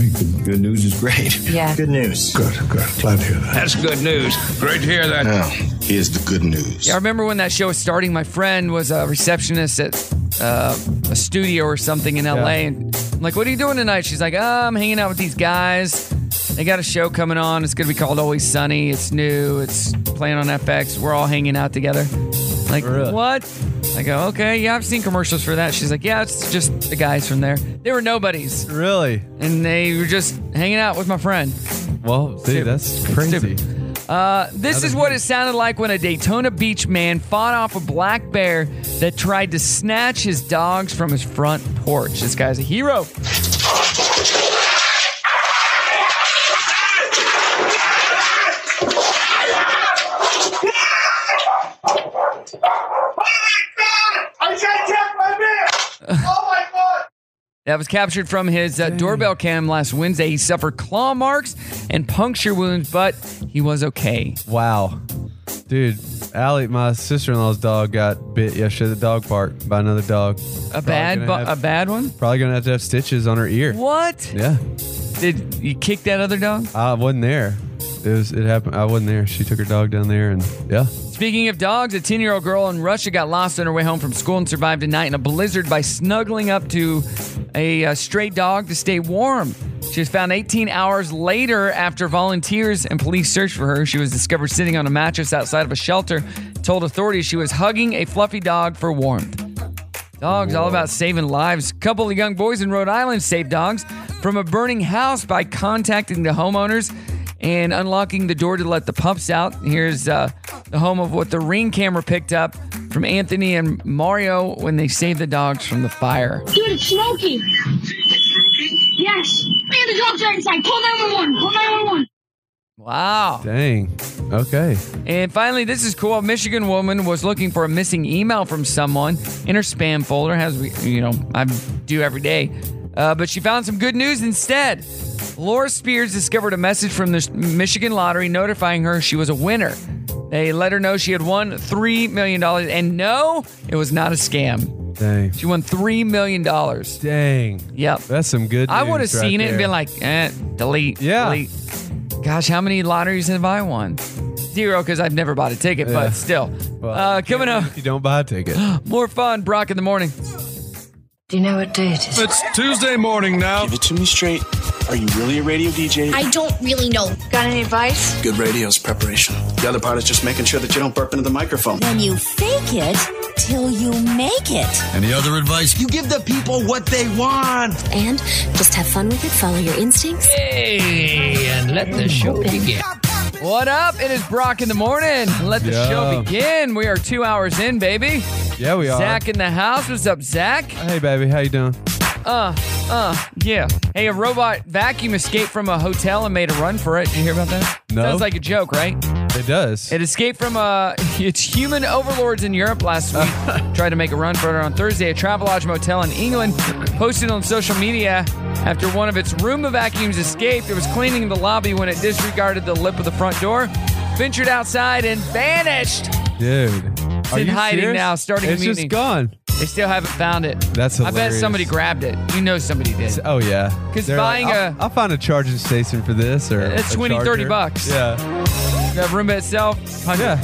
Speaker 3: Good news is great.
Speaker 10: Yeah.
Speaker 3: Good news. Good, good. Glad to hear that.
Speaker 10: That's good news. Great to hear that. Now, here's the good news.
Speaker 1: Yeah, I remember when that show was starting. My friend was a receptionist at uh, a studio or something in LA, and I'm like, "What are you doing tonight?" She's like, "Ah, "I'm hanging out with these guys. They got a show coming on. It's gonna be called Always Sunny. It's new. It's playing on FX. We're all hanging out together." I'm Like
Speaker 3: Really?
Speaker 1: what? I go, "Okay, yeah, I've seen commercials for that." She's like, "Yeah, it's just the guys from there. They were nobodies,
Speaker 4: really,
Speaker 1: and they were just hanging out with my friend."
Speaker 4: Well, dude, that's crazy.
Speaker 1: Uh, this is what it sounded like when a Daytona Beach man fought off a black bear that tried to snatch his dogs from his front porch. This guy's a hero.
Speaker 3: Oh, I can't get my beer! Oh my god!
Speaker 1: That was captured from his uh, doorbell cam last Wednesday. He suffered claw marks and puncture wounds, but he was okay.
Speaker 4: Wow, dude, Allie, my sister-in-law's dog got bit yesterday at the dog park by another dog.
Speaker 1: A bad, bu- a bad one.
Speaker 4: Probably gonna have to have stitches on her ear.
Speaker 1: What?
Speaker 4: Yeah,
Speaker 1: Did you kick that other dog?
Speaker 4: I wasn't there. It was. It happened. I wasn't there. She took her dog down there, and yeah.
Speaker 1: Speaking of dogs, a 10 year old girl in Russia got lost on her way home from school and survived a night in a blizzard by snuggling up to a, uh stray dog to stay warm. She was found 18 hours later after volunteers and police searched for her. She was discovered sitting on a mattress outside of a shelter, told authorities she was hugging a fluffy dog for warmth. Dogs, all about saving lives. couple of young boys in Rhode Island saved dogs from a burning house by contacting the homeowners and unlocking the door to let the pups out. Here's uh, the home of what the ring camera picked up from Anthony and Mario when they saved the dogs from the fire.
Speaker 3: Dude, it's smoking! Yes! Man, the dogs are inside! Call 911! Call 911!
Speaker 1: Wow.
Speaker 4: Dang. Okay.
Speaker 1: And finally, this is cool. A Michigan woman was looking for a missing email from someone in her spam folder, as we, you know, I do every day. Uh, but she found some good news instead. Laura Spears discovered a message from the Michigan lottery notifying her she was a winner. They let her know she had won $3 million. And no, it was not a scam.
Speaker 4: Dang.
Speaker 1: She won $3 million.
Speaker 4: Dang.
Speaker 1: Yep.
Speaker 4: That's some good.
Speaker 1: I would have
Speaker 4: news right
Speaker 1: seen it and
Speaker 4: there.
Speaker 1: been like, eh, delete. Yeah. Delete. Gosh, how many lotteries have I won? Zero, because I've never bought a ticket,
Speaker 4: Yeah. (laughs)
Speaker 1: but still. uh, coming up,
Speaker 4: if you don't buy a
Speaker 1: (gasps)
Speaker 4: ticket.
Speaker 1: more fun, Brock in the morning.
Speaker 11: Do you know what day it is?
Speaker 10: It's Tuesday morning now. Give it to me straight. Are you really a radio DJ?
Speaker 11: don't really know. Got any advice?
Speaker 10: Good radio's preparation. The other part is just making sure that you don't burp into the microphone.
Speaker 19: When you fake it till you make it.
Speaker 10: Any other advice? You give the people what they want.
Speaker 19: And just have fun with it, follow your instincts.
Speaker 1: Hey, and let the show begin. What up? It is Brock in the morning. Let the
Speaker 4: Yeah.
Speaker 1: show begin. We are two hours in, baby.
Speaker 4: Yeah, we are.
Speaker 1: Zach in the house. What's up, Zach?
Speaker 4: Hey, baby, how you doing?
Speaker 1: Uh, uh, yeah. Hey, a robot vacuum escaped from a hotel and made a run for it. Did you hear about that?
Speaker 4: No.
Speaker 1: Sounds like a joke, right?
Speaker 4: It does.
Speaker 1: It escaped from uh, (laughs) its human overlords in Europe last
Speaker 4: (laughs)
Speaker 1: week. Tried to make a run for it on Thursday. A Travelodge motel in England posted on social media after one of its room vacuums escaped. It was cleaning the lobby when it disregarded the lip of the front door, ventured outside, and vanished.
Speaker 4: Dude.
Speaker 1: It's
Speaker 4: Are
Speaker 1: in
Speaker 4: you
Speaker 1: hiding
Speaker 4: serious?
Speaker 1: now, starting
Speaker 4: It's
Speaker 1: meeting.
Speaker 4: just gone.
Speaker 1: They still haven't found it.
Speaker 4: That's
Speaker 1: I bet
Speaker 4: hilarious.
Speaker 1: somebody grabbed it. You know somebody did.
Speaker 4: Oh, yeah.
Speaker 1: 'Cause
Speaker 4: They're
Speaker 1: buying
Speaker 4: I'll- I'll find a charging station for this or.
Speaker 1: It's
Speaker 4: a
Speaker 1: 20, 30
Speaker 4: charger."
Speaker 1: bucks.
Speaker 4: Yeah.
Speaker 1: The Roomba itself, 100.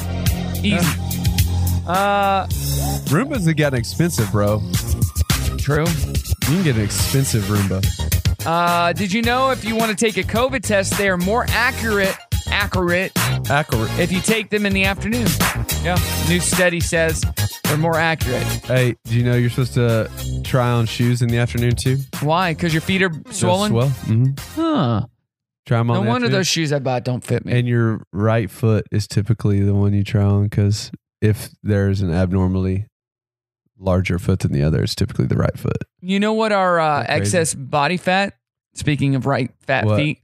Speaker 1: Easy. Uh,
Speaker 4: Roombas have gotten expensive, bro.
Speaker 1: True.
Speaker 4: You can get an expensive Roomba.
Speaker 1: Uh, did you know if you want to take a COVID test, they are more accurate, accurate,
Speaker 4: accurate
Speaker 1: if you take them in the afternoon? Yeah, new study says they're more accurate.
Speaker 4: Hey, do you know you're supposed to try on shoes in the afternoon too?
Speaker 1: Why? Because your feet are swollen.
Speaker 4: Well, mm-hmm.
Speaker 1: Huh.
Speaker 4: Try them on.
Speaker 1: No
Speaker 4: in the
Speaker 1: wonder those
Speaker 4: afternoon.
Speaker 1: shoes I bought don't fit me.
Speaker 4: And your right foot is typically the one you try on because if there's an abnormally larger foot than the other, it's typically the right foot.
Speaker 1: You know what our uh,
Speaker 4: crazy.
Speaker 1: excess body fat? Speaking of right fat
Speaker 4: What?
Speaker 1: feet,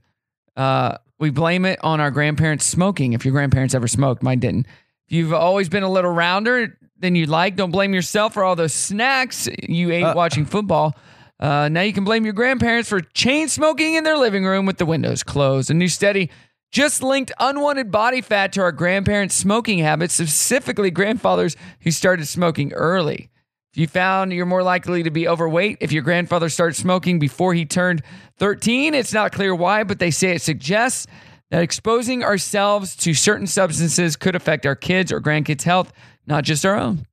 Speaker 1: uh, we blame it on our grandparents smoking. If your grandparents ever smoked, mine didn't. If you've always been a little rounder than you'd like, don't blame yourself for all those snacks you ate watching football. Uh, now you can blame your grandparents for chain smoking in their living room with the windows closed. A new study just linked unwanted body fat to our grandparents' smoking habits, specifically grandfathers who started smoking early. If you found you're more likely to be overweight if your grandfather started smoking before he turned 13, it's not clear why, but they say it suggests that exposing ourselves to certain substances could affect our kids or grandkids' health, not just our own.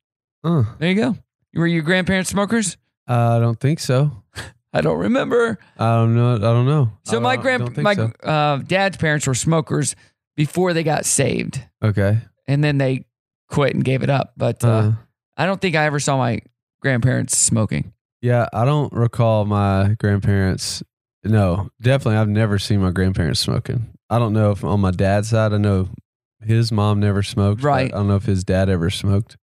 Speaker 1: There you go. Were your grandparents smokers?
Speaker 4: I don't think so.
Speaker 1: I don't remember.
Speaker 4: I don't know. I don't know.
Speaker 1: So my grand my
Speaker 4: so.
Speaker 1: uh, dad's parents were smokers before they got saved,
Speaker 4: Okay.
Speaker 1: and then they quit and gave it up. But uh,
Speaker 4: Uh.
Speaker 1: I don't think I ever saw my grandparents smoking.
Speaker 4: Yeah, I don't recall my grandparents. No, definitely, I've never seen my grandparents smoking. I don't know if on my dad's side, I know his mom never smoked. but
Speaker 1: Right.
Speaker 4: I don't know if his dad ever smoked.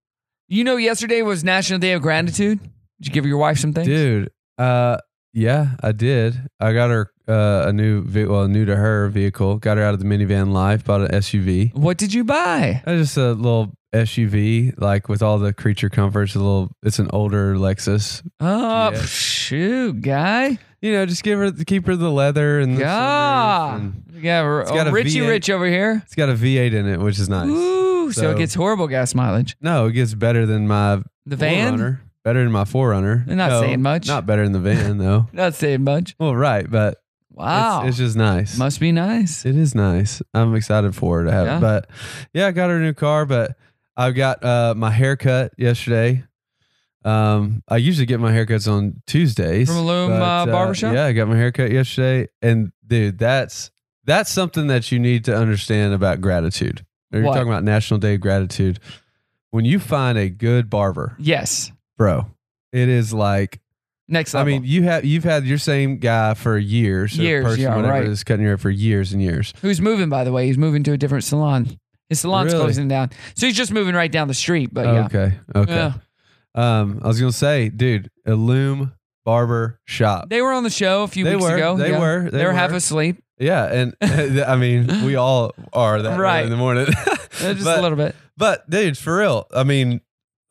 Speaker 1: You know, yesterday was National Day of Gratitude. Did you give your wife some things?
Speaker 4: Dude, uh, yeah, I did. I got her uh, a new, ve- well, new to her vehicle. Got her out of the minivan life. Bought an SUV.
Speaker 1: What did you buy?
Speaker 4: Uh, just a little SUV, like with all the creature comforts. A little. It's an older Lexus. Yeah.
Speaker 1: Oh, pff, shoot, guy.
Speaker 4: You know, just give her, keep her the leather and the sunroof
Speaker 1: God.
Speaker 4: and-
Speaker 1: Yeah,
Speaker 4: It's got
Speaker 1: oh,
Speaker 4: a
Speaker 1: Richie
Speaker 4: V8.
Speaker 1: Rich over here.
Speaker 4: It's got a V8 in it, which is nice.
Speaker 1: Ooh, so, it gets horrible gas mileage.
Speaker 4: No, it gets better than my
Speaker 1: The van?
Speaker 4: Forerunner. Better than my Forerunner.
Speaker 1: They're not
Speaker 4: No,
Speaker 1: saying much.
Speaker 4: Not better than the van though.
Speaker 1: Not saying much.
Speaker 4: well, right, but
Speaker 1: Wow.
Speaker 4: it's, it's just nice.
Speaker 1: Oh. Must be nice.
Speaker 4: It is nice. I'm excited for her to have
Speaker 1: Yeah.
Speaker 4: it. But yeah, I got her a new car, but I got uh, my haircut yesterday. Um, I usually get my haircuts on Tuesdays
Speaker 1: From Loom,
Speaker 4: but,
Speaker 1: uh, Barbershop?
Speaker 4: Yeah, I got my haircut yesterday, and dude, that's that's something that you need to understand about gratitude. You're
Speaker 1: What?
Speaker 4: talking about National Day of Gratitude. When you find a good barber,
Speaker 1: Yes.
Speaker 4: bro, it is like
Speaker 1: Next
Speaker 4: I
Speaker 1: level.
Speaker 4: mean, you have you've had your same guy for years, or
Speaker 1: Years,
Speaker 4: person,
Speaker 1: yeah,
Speaker 4: whatever,
Speaker 1: right.
Speaker 4: that's cutting your hair for years and years.
Speaker 1: Who's moving, by the way? He's moving to a different salon. His salon's
Speaker 4: Really?
Speaker 1: closing down. So he's just moving right down the street. But yeah.
Speaker 4: Okay. Okay.
Speaker 1: Yeah.
Speaker 4: Um, I was gonna say, dude, Illume Barber Shop.
Speaker 1: They were on the show a few
Speaker 4: They
Speaker 1: weeks
Speaker 4: were,
Speaker 1: ago.
Speaker 4: they
Speaker 1: Yeah.
Speaker 4: were,
Speaker 1: They,
Speaker 4: they
Speaker 1: were half
Speaker 4: were.
Speaker 1: asleep.
Speaker 4: Yeah, and (laughs) I mean, we all are that early
Speaker 1: Right.
Speaker 4: in the morning. (laughs)
Speaker 1: Just a
Speaker 4: But-
Speaker 1: little bit.
Speaker 4: But dude, for real, I mean,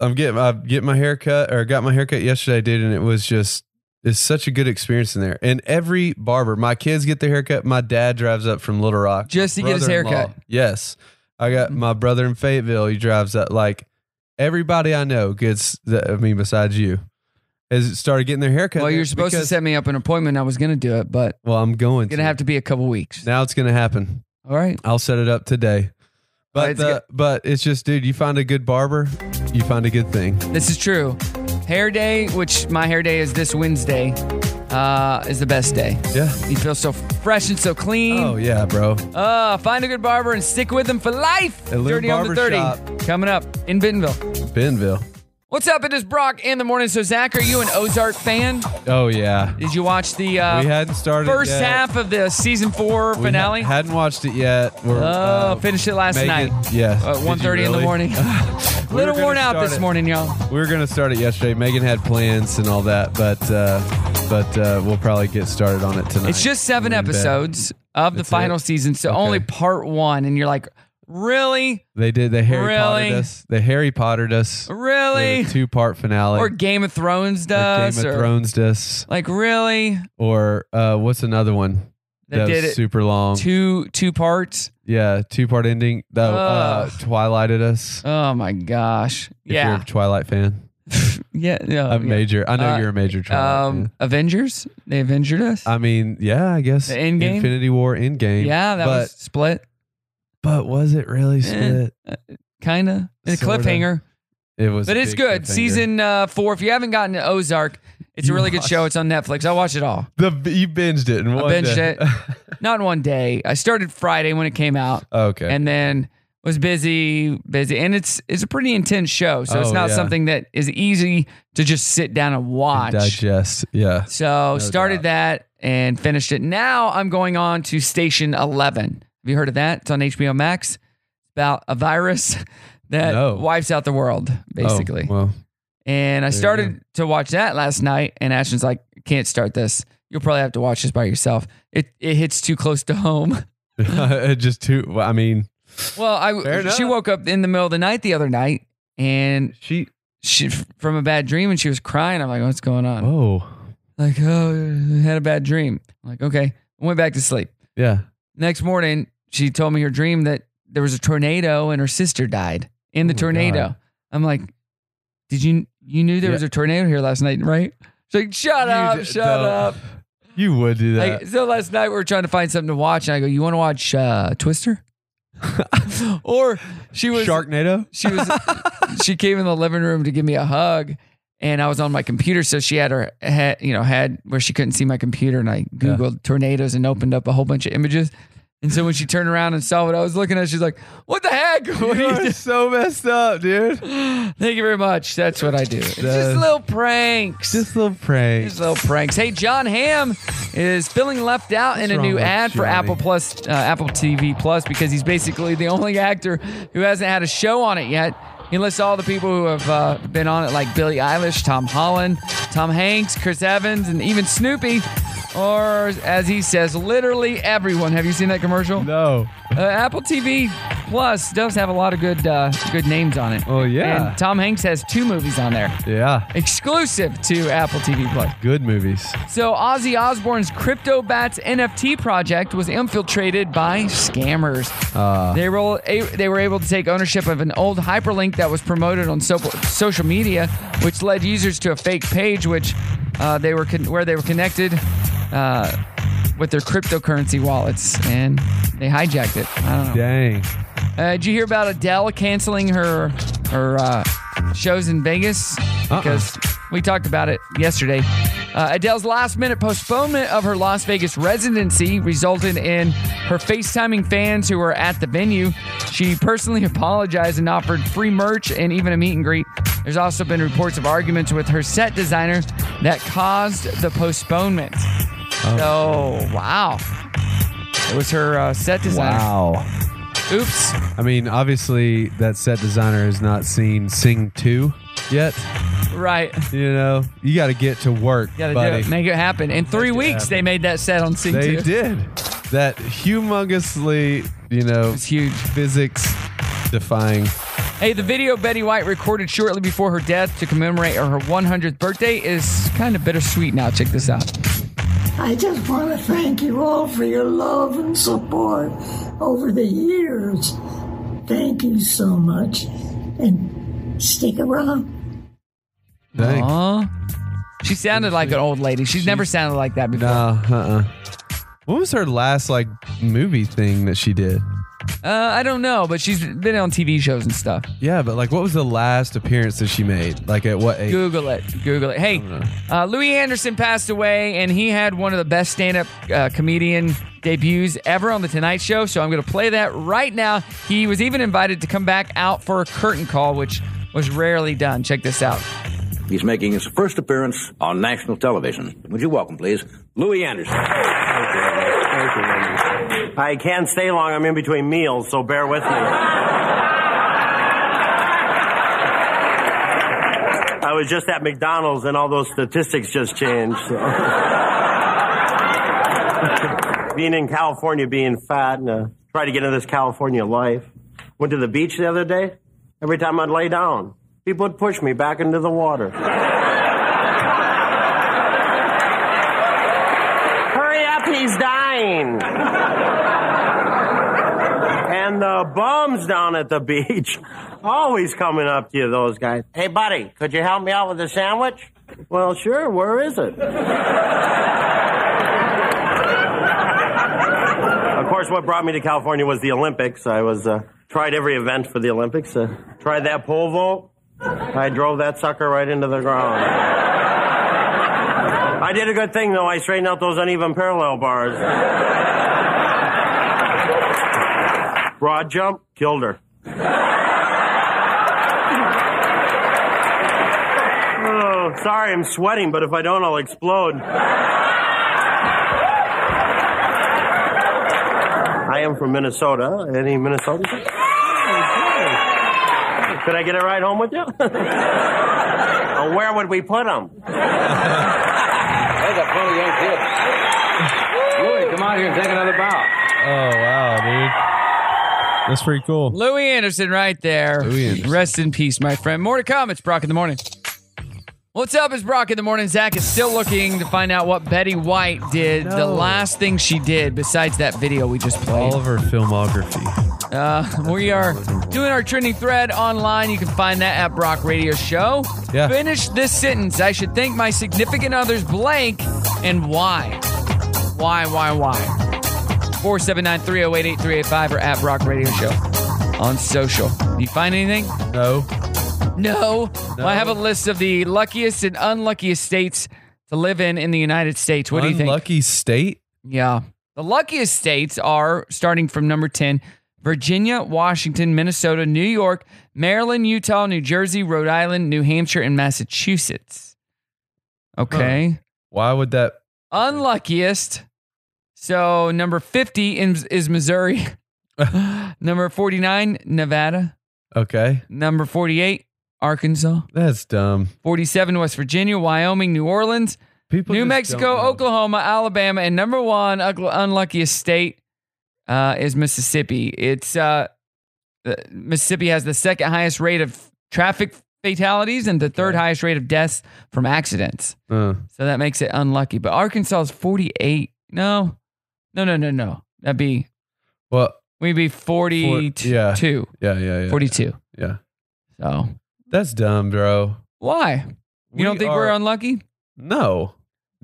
Speaker 4: I'm getting I get my haircut or got my haircut yesterday, dude, and it was just it's such a good experience in there. And every barber, my kids get their haircut. My dad drives up from Little Rock
Speaker 1: Just to
Speaker 4: My
Speaker 1: get his
Speaker 4: brother-in-law-
Speaker 1: haircut. Mm-hmm.
Speaker 4: Yes, I got my brother in Fayetteville. He drives up like everybody I know gets. The, I mean, besides you, has started getting their haircut.
Speaker 1: Well,
Speaker 4: there
Speaker 1: you're supposed to
Speaker 4: because-
Speaker 1: set me up an appointment. I was going to do it, but
Speaker 4: Well, I'm going.
Speaker 1: it's going to have to be a couple weeks.
Speaker 4: Now it's gonna happen.
Speaker 1: All right.
Speaker 4: I'll set it up today.
Speaker 1: All right,
Speaker 4: But
Speaker 1: it's
Speaker 4: the, but it's just, dude, you find a good barber, you find a good thing.
Speaker 1: This is true. Hair day, which my hair day is this Wednesday, uh, is the best day.
Speaker 4: Yeah.
Speaker 1: You feel so fresh and so clean.
Speaker 4: Oh yeah, bro.
Speaker 1: Uh, find a good barber and stick with them for life.
Speaker 4: At Lou
Speaker 1: Dirty on the
Speaker 4: Barber
Speaker 1: 30.
Speaker 4: Shop.
Speaker 1: Coming up in Bentonville.
Speaker 4: Benville.
Speaker 1: What's up? It is Brock in the morning. So, Zach, are you an Ozark fan?
Speaker 4: Oh yeah.
Speaker 1: Did you watch the uh,
Speaker 4: We hadn't started
Speaker 1: first
Speaker 4: yet.
Speaker 1: half of the season four
Speaker 4: We
Speaker 1: finale?
Speaker 4: ha- hadn't watched it yet. We're,
Speaker 1: oh, finished it last
Speaker 4: making-
Speaker 1: night.
Speaker 4: yeah.
Speaker 1: Uh,
Speaker 4: Did you
Speaker 1: 1.30 in the
Speaker 4: really? (laughs)
Speaker 1: morning. (laughs)
Speaker 4: We
Speaker 1: Little
Speaker 4: were gonna
Speaker 1: worn out
Speaker 4: start
Speaker 1: this
Speaker 4: it-
Speaker 1: morning, y'all.
Speaker 4: We were gonna start it yesterday. Megan had plans and all that, but uh, but uh, we'll probably get started on it tonight.
Speaker 1: It's just seven
Speaker 4: We're in bed.
Speaker 1: episodes of the final season, so only part one. And you're like, really?
Speaker 4: They did. They Harry
Speaker 1: Really?
Speaker 4: Pottered us. They Harry Pottered us.
Speaker 1: Really?
Speaker 4: Two part finale.
Speaker 1: (laughs) Or Game of Thrones
Speaker 4: Game of
Speaker 1: does? or-
Speaker 4: Thrones us.
Speaker 1: Like, really?
Speaker 4: Or uh, what's another one?
Speaker 1: That
Speaker 4: was
Speaker 1: did it
Speaker 4: super long.
Speaker 1: Two two parts.
Speaker 4: Yeah, two part ending. Though uh,
Speaker 1: Ugh.
Speaker 4: Twilighted us.
Speaker 1: Oh my gosh!
Speaker 4: If
Speaker 1: Yeah.
Speaker 4: you're a Twilight fan.
Speaker 1: Yeah, yeah.
Speaker 4: A major. I know
Speaker 1: Uh,
Speaker 4: you're a major Twilight.
Speaker 1: Um, Avengers? They Avenged us?
Speaker 4: I mean, yeah, I guess
Speaker 1: The Endgame?
Speaker 4: Infinity War Endgame.
Speaker 1: Yeah, that
Speaker 4: but,
Speaker 1: was Eh. split.
Speaker 4: But was it really split?
Speaker 1: kind of. A
Speaker 4: Sorta.
Speaker 1: cliffhanger.
Speaker 4: It was.
Speaker 1: but
Speaker 4: a
Speaker 1: it's
Speaker 4: big
Speaker 1: good.
Speaker 4: cliffhanger.
Speaker 1: Season uh, four. If you haven't gotten to Ozark, it's
Speaker 4: You
Speaker 1: a really good
Speaker 4: watched-
Speaker 1: show. It's on Netflix. I watched it all.
Speaker 4: The you binged it in
Speaker 1: I
Speaker 4: one
Speaker 1: binged
Speaker 4: day.
Speaker 1: it. Not in one day. I started Friday when it came out.
Speaker 4: (laughs) Okay.
Speaker 1: And then was busy, busy. And it's it's a pretty intense show. So it's
Speaker 4: Oh,
Speaker 1: not
Speaker 4: yeah.
Speaker 1: something that is easy to just sit down and watch.
Speaker 4: Digest. Yeah. Oh,
Speaker 1: So started that and finished it. Now I'm going on to Station 11. Have you heard of that? It's on HBO Max. About a virus (laughs) that
Speaker 4: No.
Speaker 1: wipes out the world, basically.
Speaker 4: Oh, well, (laughs)
Speaker 1: and
Speaker 4: There
Speaker 1: I
Speaker 4: you
Speaker 1: started to watch that last night, and Ashton's like, "Can't start this. You'll probably have to watch this by yourself. It it hits too close to home."
Speaker 4: it just too. well, I mean,
Speaker 1: Well,
Speaker 4: Fair
Speaker 1: I
Speaker 4: enough.
Speaker 1: she woke up in the middle of the night the other night, and
Speaker 4: she
Speaker 1: she from a bad dream, and she was crying. I'm like, "What's going on?"
Speaker 4: oh
Speaker 1: Like, oh, I had a bad dream. I'm like, okay, I went back to sleep.
Speaker 4: yeah.
Speaker 1: Next morning, she told me her dream that there was a tornado and her sister died in
Speaker 4: Oh
Speaker 1: the
Speaker 4: my
Speaker 1: tornado.
Speaker 4: God.
Speaker 1: I'm like, did you you knew there
Speaker 4: Yeah.
Speaker 1: was a tornado here last night, right? She's like, shut up,
Speaker 4: d-
Speaker 1: shut
Speaker 4: don't-
Speaker 1: up.
Speaker 4: You would do that.
Speaker 1: Like, so last night we were trying to find something to watch, and I go, "You want to watch uh,
Speaker 4: (laughs)
Speaker 1: Twister?" or she was (laughs)
Speaker 4: Sharknado.
Speaker 1: she was she came in the living room to give me a hug, and I was on my computer, so she had her had you know had where she couldn't see my computer, and I googled tornadoes and opened up a whole bunch of images. And so when she turned around and saw what I was looking at, she's like, "What the heck? (laughs) What
Speaker 4: You
Speaker 1: are you
Speaker 4: are
Speaker 1: doing?"
Speaker 4: so messed up, dude.
Speaker 1: Thank you very much. That's what I do. It's just little pranks.
Speaker 4: Just little pranks.
Speaker 1: These little pranks. Hey, John Hamm is feeling left out in a
Speaker 4: wrong
Speaker 1: new
Speaker 4: with
Speaker 1: ad for
Speaker 4: Johnny?
Speaker 1: Apple Plus, uh, Apple TV Plus, because he's basically the only actor who hasn't had a show on it yet. He lists all the people who have uh, been on it, like Billie Eilish, Tom Holland, Tom Hanks, Chris Evans, and even Snoopy, or as he says, literally everyone. Have you seen that commercial?
Speaker 4: No.
Speaker 1: Uh, Apple TV Plus does have a lot of good uh, good names on it.
Speaker 4: Oh yeah.
Speaker 1: And Tom Hanks has two movies on there,
Speaker 4: yeah.
Speaker 1: exclusive to Apple TV Plus.
Speaker 4: Good movies.
Speaker 1: So Ozzy Osbourne's CryptoBats NFT project was infiltrated by scammers.
Speaker 4: Uh,
Speaker 1: They were, they were able to take ownership of an old hyperlink that was promoted on so, social media, which led users to a fake page, which uh, they were con- where they were connected uh, with their cryptocurrency wallets, and they hijacked it. I don't know.
Speaker 4: dang.
Speaker 1: Uh, did you hear about Adele canceling her her uh, shows in Vegas? Because we talked about it yesterday. Uh, Adele's last minute postponement of her Las Vegas residency resulted in her FaceTiming fans who were at the venue. She personally (laughs) apologized and offered free merch and even a meet and greet. There's also been reports of arguments with her set designer that caused the postponement. So, wow. It was her uh, set designer.
Speaker 4: Wow.
Speaker 1: Oops.
Speaker 4: I mean, obviously, that set designer has not seen Sing 2 yet.
Speaker 1: Right. (laughs)
Speaker 4: You know, you got to get to work,
Speaker 1: Gotta
Speaker 4: buddy.
Speaker 1: do it. Make it happen. In three
Speaker 4: Make it
Speaker 1: weeks, they made that set on Sing
Speaker 4: they
Speaker 1: 2.
Speaker 4: did. That humongously, you know,
Speaker 1: huge
Speaker 4: physics defying.
Speaker 1: Hey, the video Betty White recorded shortly before her death to commemorate her 100th birthday is kind of bittersweet now. Check this out.
Speaker 20: I just want to thank you all for your love and support over the years. Thank you so much. And stick around.
Speaker 4: Thanks.
Speaker 1: Aw. She sounded like an old lady. She's never sounded like that before.
Speaker 4: No, uh
Speaker 1: Uh-huh.
Speaker 4: uh What was her last, like, movie thing that she did?
Speaker 1: Uh, I don't know, but she's been on TV shows and stuff.
Speaker 4: Yeah, but, like, what was the last appearance that she made? Like, at what age?
Speaker 1: (laughs) Google it. Google it. Hey, uh, Louis Anderson passed away, and he had one of the best stand up uh, comedian debuts ever on The Tonight Show. So I'm going to play that right now. He was even invited to come back out for a curtain call, which was rarely done. Check this out.
Speaker 21: He's making his first appearance on national television. Would you welcome, please, Louis Anderson?
Speaker 22: I can't stay long. I'm in between meals, so bear with me. I was just at McDonald's and all those statistics just changed. so. (laughs) being in California, being fat, and uh, try to get into this California life. Went to the beach the other day. Every time I'd lay down, people would push me back into the (laughs) water. Hurry up, he's dying. and the bums down at the (laughs) beach always coming up to you, those guys. Oh, Hey, buddy, could you help me out with a sandwich? Well, sure, where is it? of course, what brought me to California was the Olympics. I was uh, tried every event for the Olympics. Uh, tried that pole vault. I drove that sucker right into the ground. I did a good thing though. I straightened out those uneven parallel bars. Broad jump killed her. Oh, sorry, I'm sweating, but if I don't, I'll explode. I am from Minnesota. Any Minnesotans? Okay. Oh, Could I get a ride home with you? (laughs) Well, where would we put them?
Speaker 21: There's a funny young kid. Louis, come out here and take another bow.
Speaker 1: Oh, wow, dude.
Speaker 4: That's pretty cool.
Speaker 1: Louis Anderson right there. Louis Anderson. Rest in peace, my friend. More to come. It's Brock in the morning. What's up? It's Brock in the morning. Zach is still looking to find out what Betty White did, the
Speaker 4: No.
Speaker 1: last thing she did besides that video we just played.
Speaker 4: All of her filmography.
Speaker 1: Uh, we are doing our trending thread online. You can find that at Brock Radio Show.
Speaker 4: Yeah.
Speaker 1: Finish this sentence. I should thank my significant others blank and why. Why, why, why? 479 308 8385 or at Brock Radio Show on social. Do you find anything?
Speaker 4: No.
Speaker 1: No. Well, I have a list of the luckiest and unluckiest states to live in in the United States. What do you think?
Speaker 4: Unlucky state?
Speaker 1: Yeah. The luckiest states are starting from number 10 Virginia, Washington, Minnesota, New York, Maryland, Utah, New Jersey, Rhode Island, New Hampshire, and Massachusetts. Okay.
Speaker 4: Why would that?
Speaker 1: Unluckiest. So number 50 is, is Missouri. number 49, Nevada.
Speaker 4: Okay.
Speaker 1: Number 48, Arkansas.
Speaker 4: That's dumb.
Speaker 1: 47, West Virginia, Wyoming, New Orleans, New
Speaker 4: just
Speaker 1: Mexico,
Speaker 4: don't know.
Speaker 1: Oklahoma, Alabama, and number one ugl- unluckiest state uh, is Mississippi. It's uh, uh, Mississippi has the second highest rate of traffic fatalities and the third highest rate of deaths from accidents.
Speaker 4: Uh,
Speaker 1: So that makes it unlucky. But Arkansas is 48. No, no, no, no, no. That'd be
Speaker 4: well,
Speaker 1: we'd be
Speaker 4: for-
Speaker 1: 42.
Speaker 4: yeah. Yeah, yeah, yeah.
Speaker 1: 42.
Speaker 4: Yeah.
Speaker 1: So
Speaker 4: That's dumb, bro.
Speaker 1: why? You don't
Speaker 4: We
Speaker 1: think we're
Speaker 4: are-
Speaker 1: unlucky?
Speaker 4: No.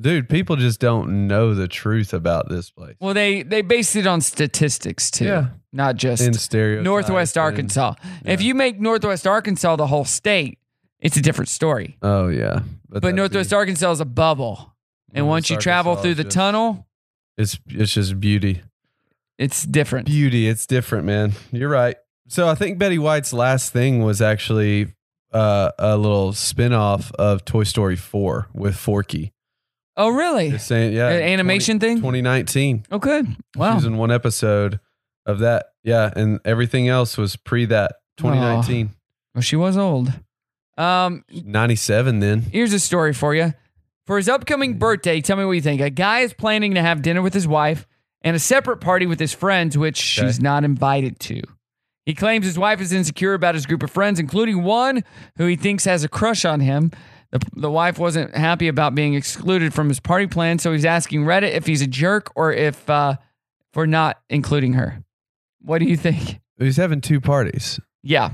Speaker 4: Dude, people just don't know the truth about this place.
Speaker 1: Well, they they based it on statistics too,
Speaker 4: Yeah.
Speaker 1: not just
Speaker 4: In stereotypes
Speaker 1: Northwest
Speaker 4: and-
Speaker 1: Arkansas. If you make Northwest Arkansas the whole state, it's a different story.
Speaker 4: Oh, yeah.
Speaker 1: But,
Speaker 4: that'd
Speaker 1: Northwest Arkansas is a bubble, and
Speaker 4: Northwest
Speaker 1: once you travel
Speaker 4: Arkansas
Speaker 1: through
Speaker 4: is
Speaker 1: the
Speaker 4: just-
Speaker 1: tunnel,
Speaker 4: be- it's, it's just beauty.
Speaker 1: it's different.
Speaker 4: Beauty. It's different, man. You're right. So I think Betty White's last thing was actually uh, a little spin off of Toy Story 4 with Forky.
Speaker 1: Oh, really?
Speaker 4: The same, yeah.
Speaker 1: An animation thing?
Speaker 4: 2019.
Speaker 1: Okay. Wow.
Speaker 4: She was in one episode of that. Yeah. And everything else was pre that 2019.
Speaker 1: Well, she was old. Um,
Speaker 4: 97 then.
Speaker 1: Here's a story for you. For his upcoming birthday, tell me what you think. A guy is planning to have dinner with his wife and a separate party with his friends, which she's not invited to. He claims his wife is insecure about his group of friends, including one who he thinks has a crush on him. The, the wife wasn't happy about being excluded from his party plan, so he's asking Reddit if he's a jerk or if uh, for not including her. What do you think?
Speaker 4: He was having two parties,
Speaker 1: Yeah.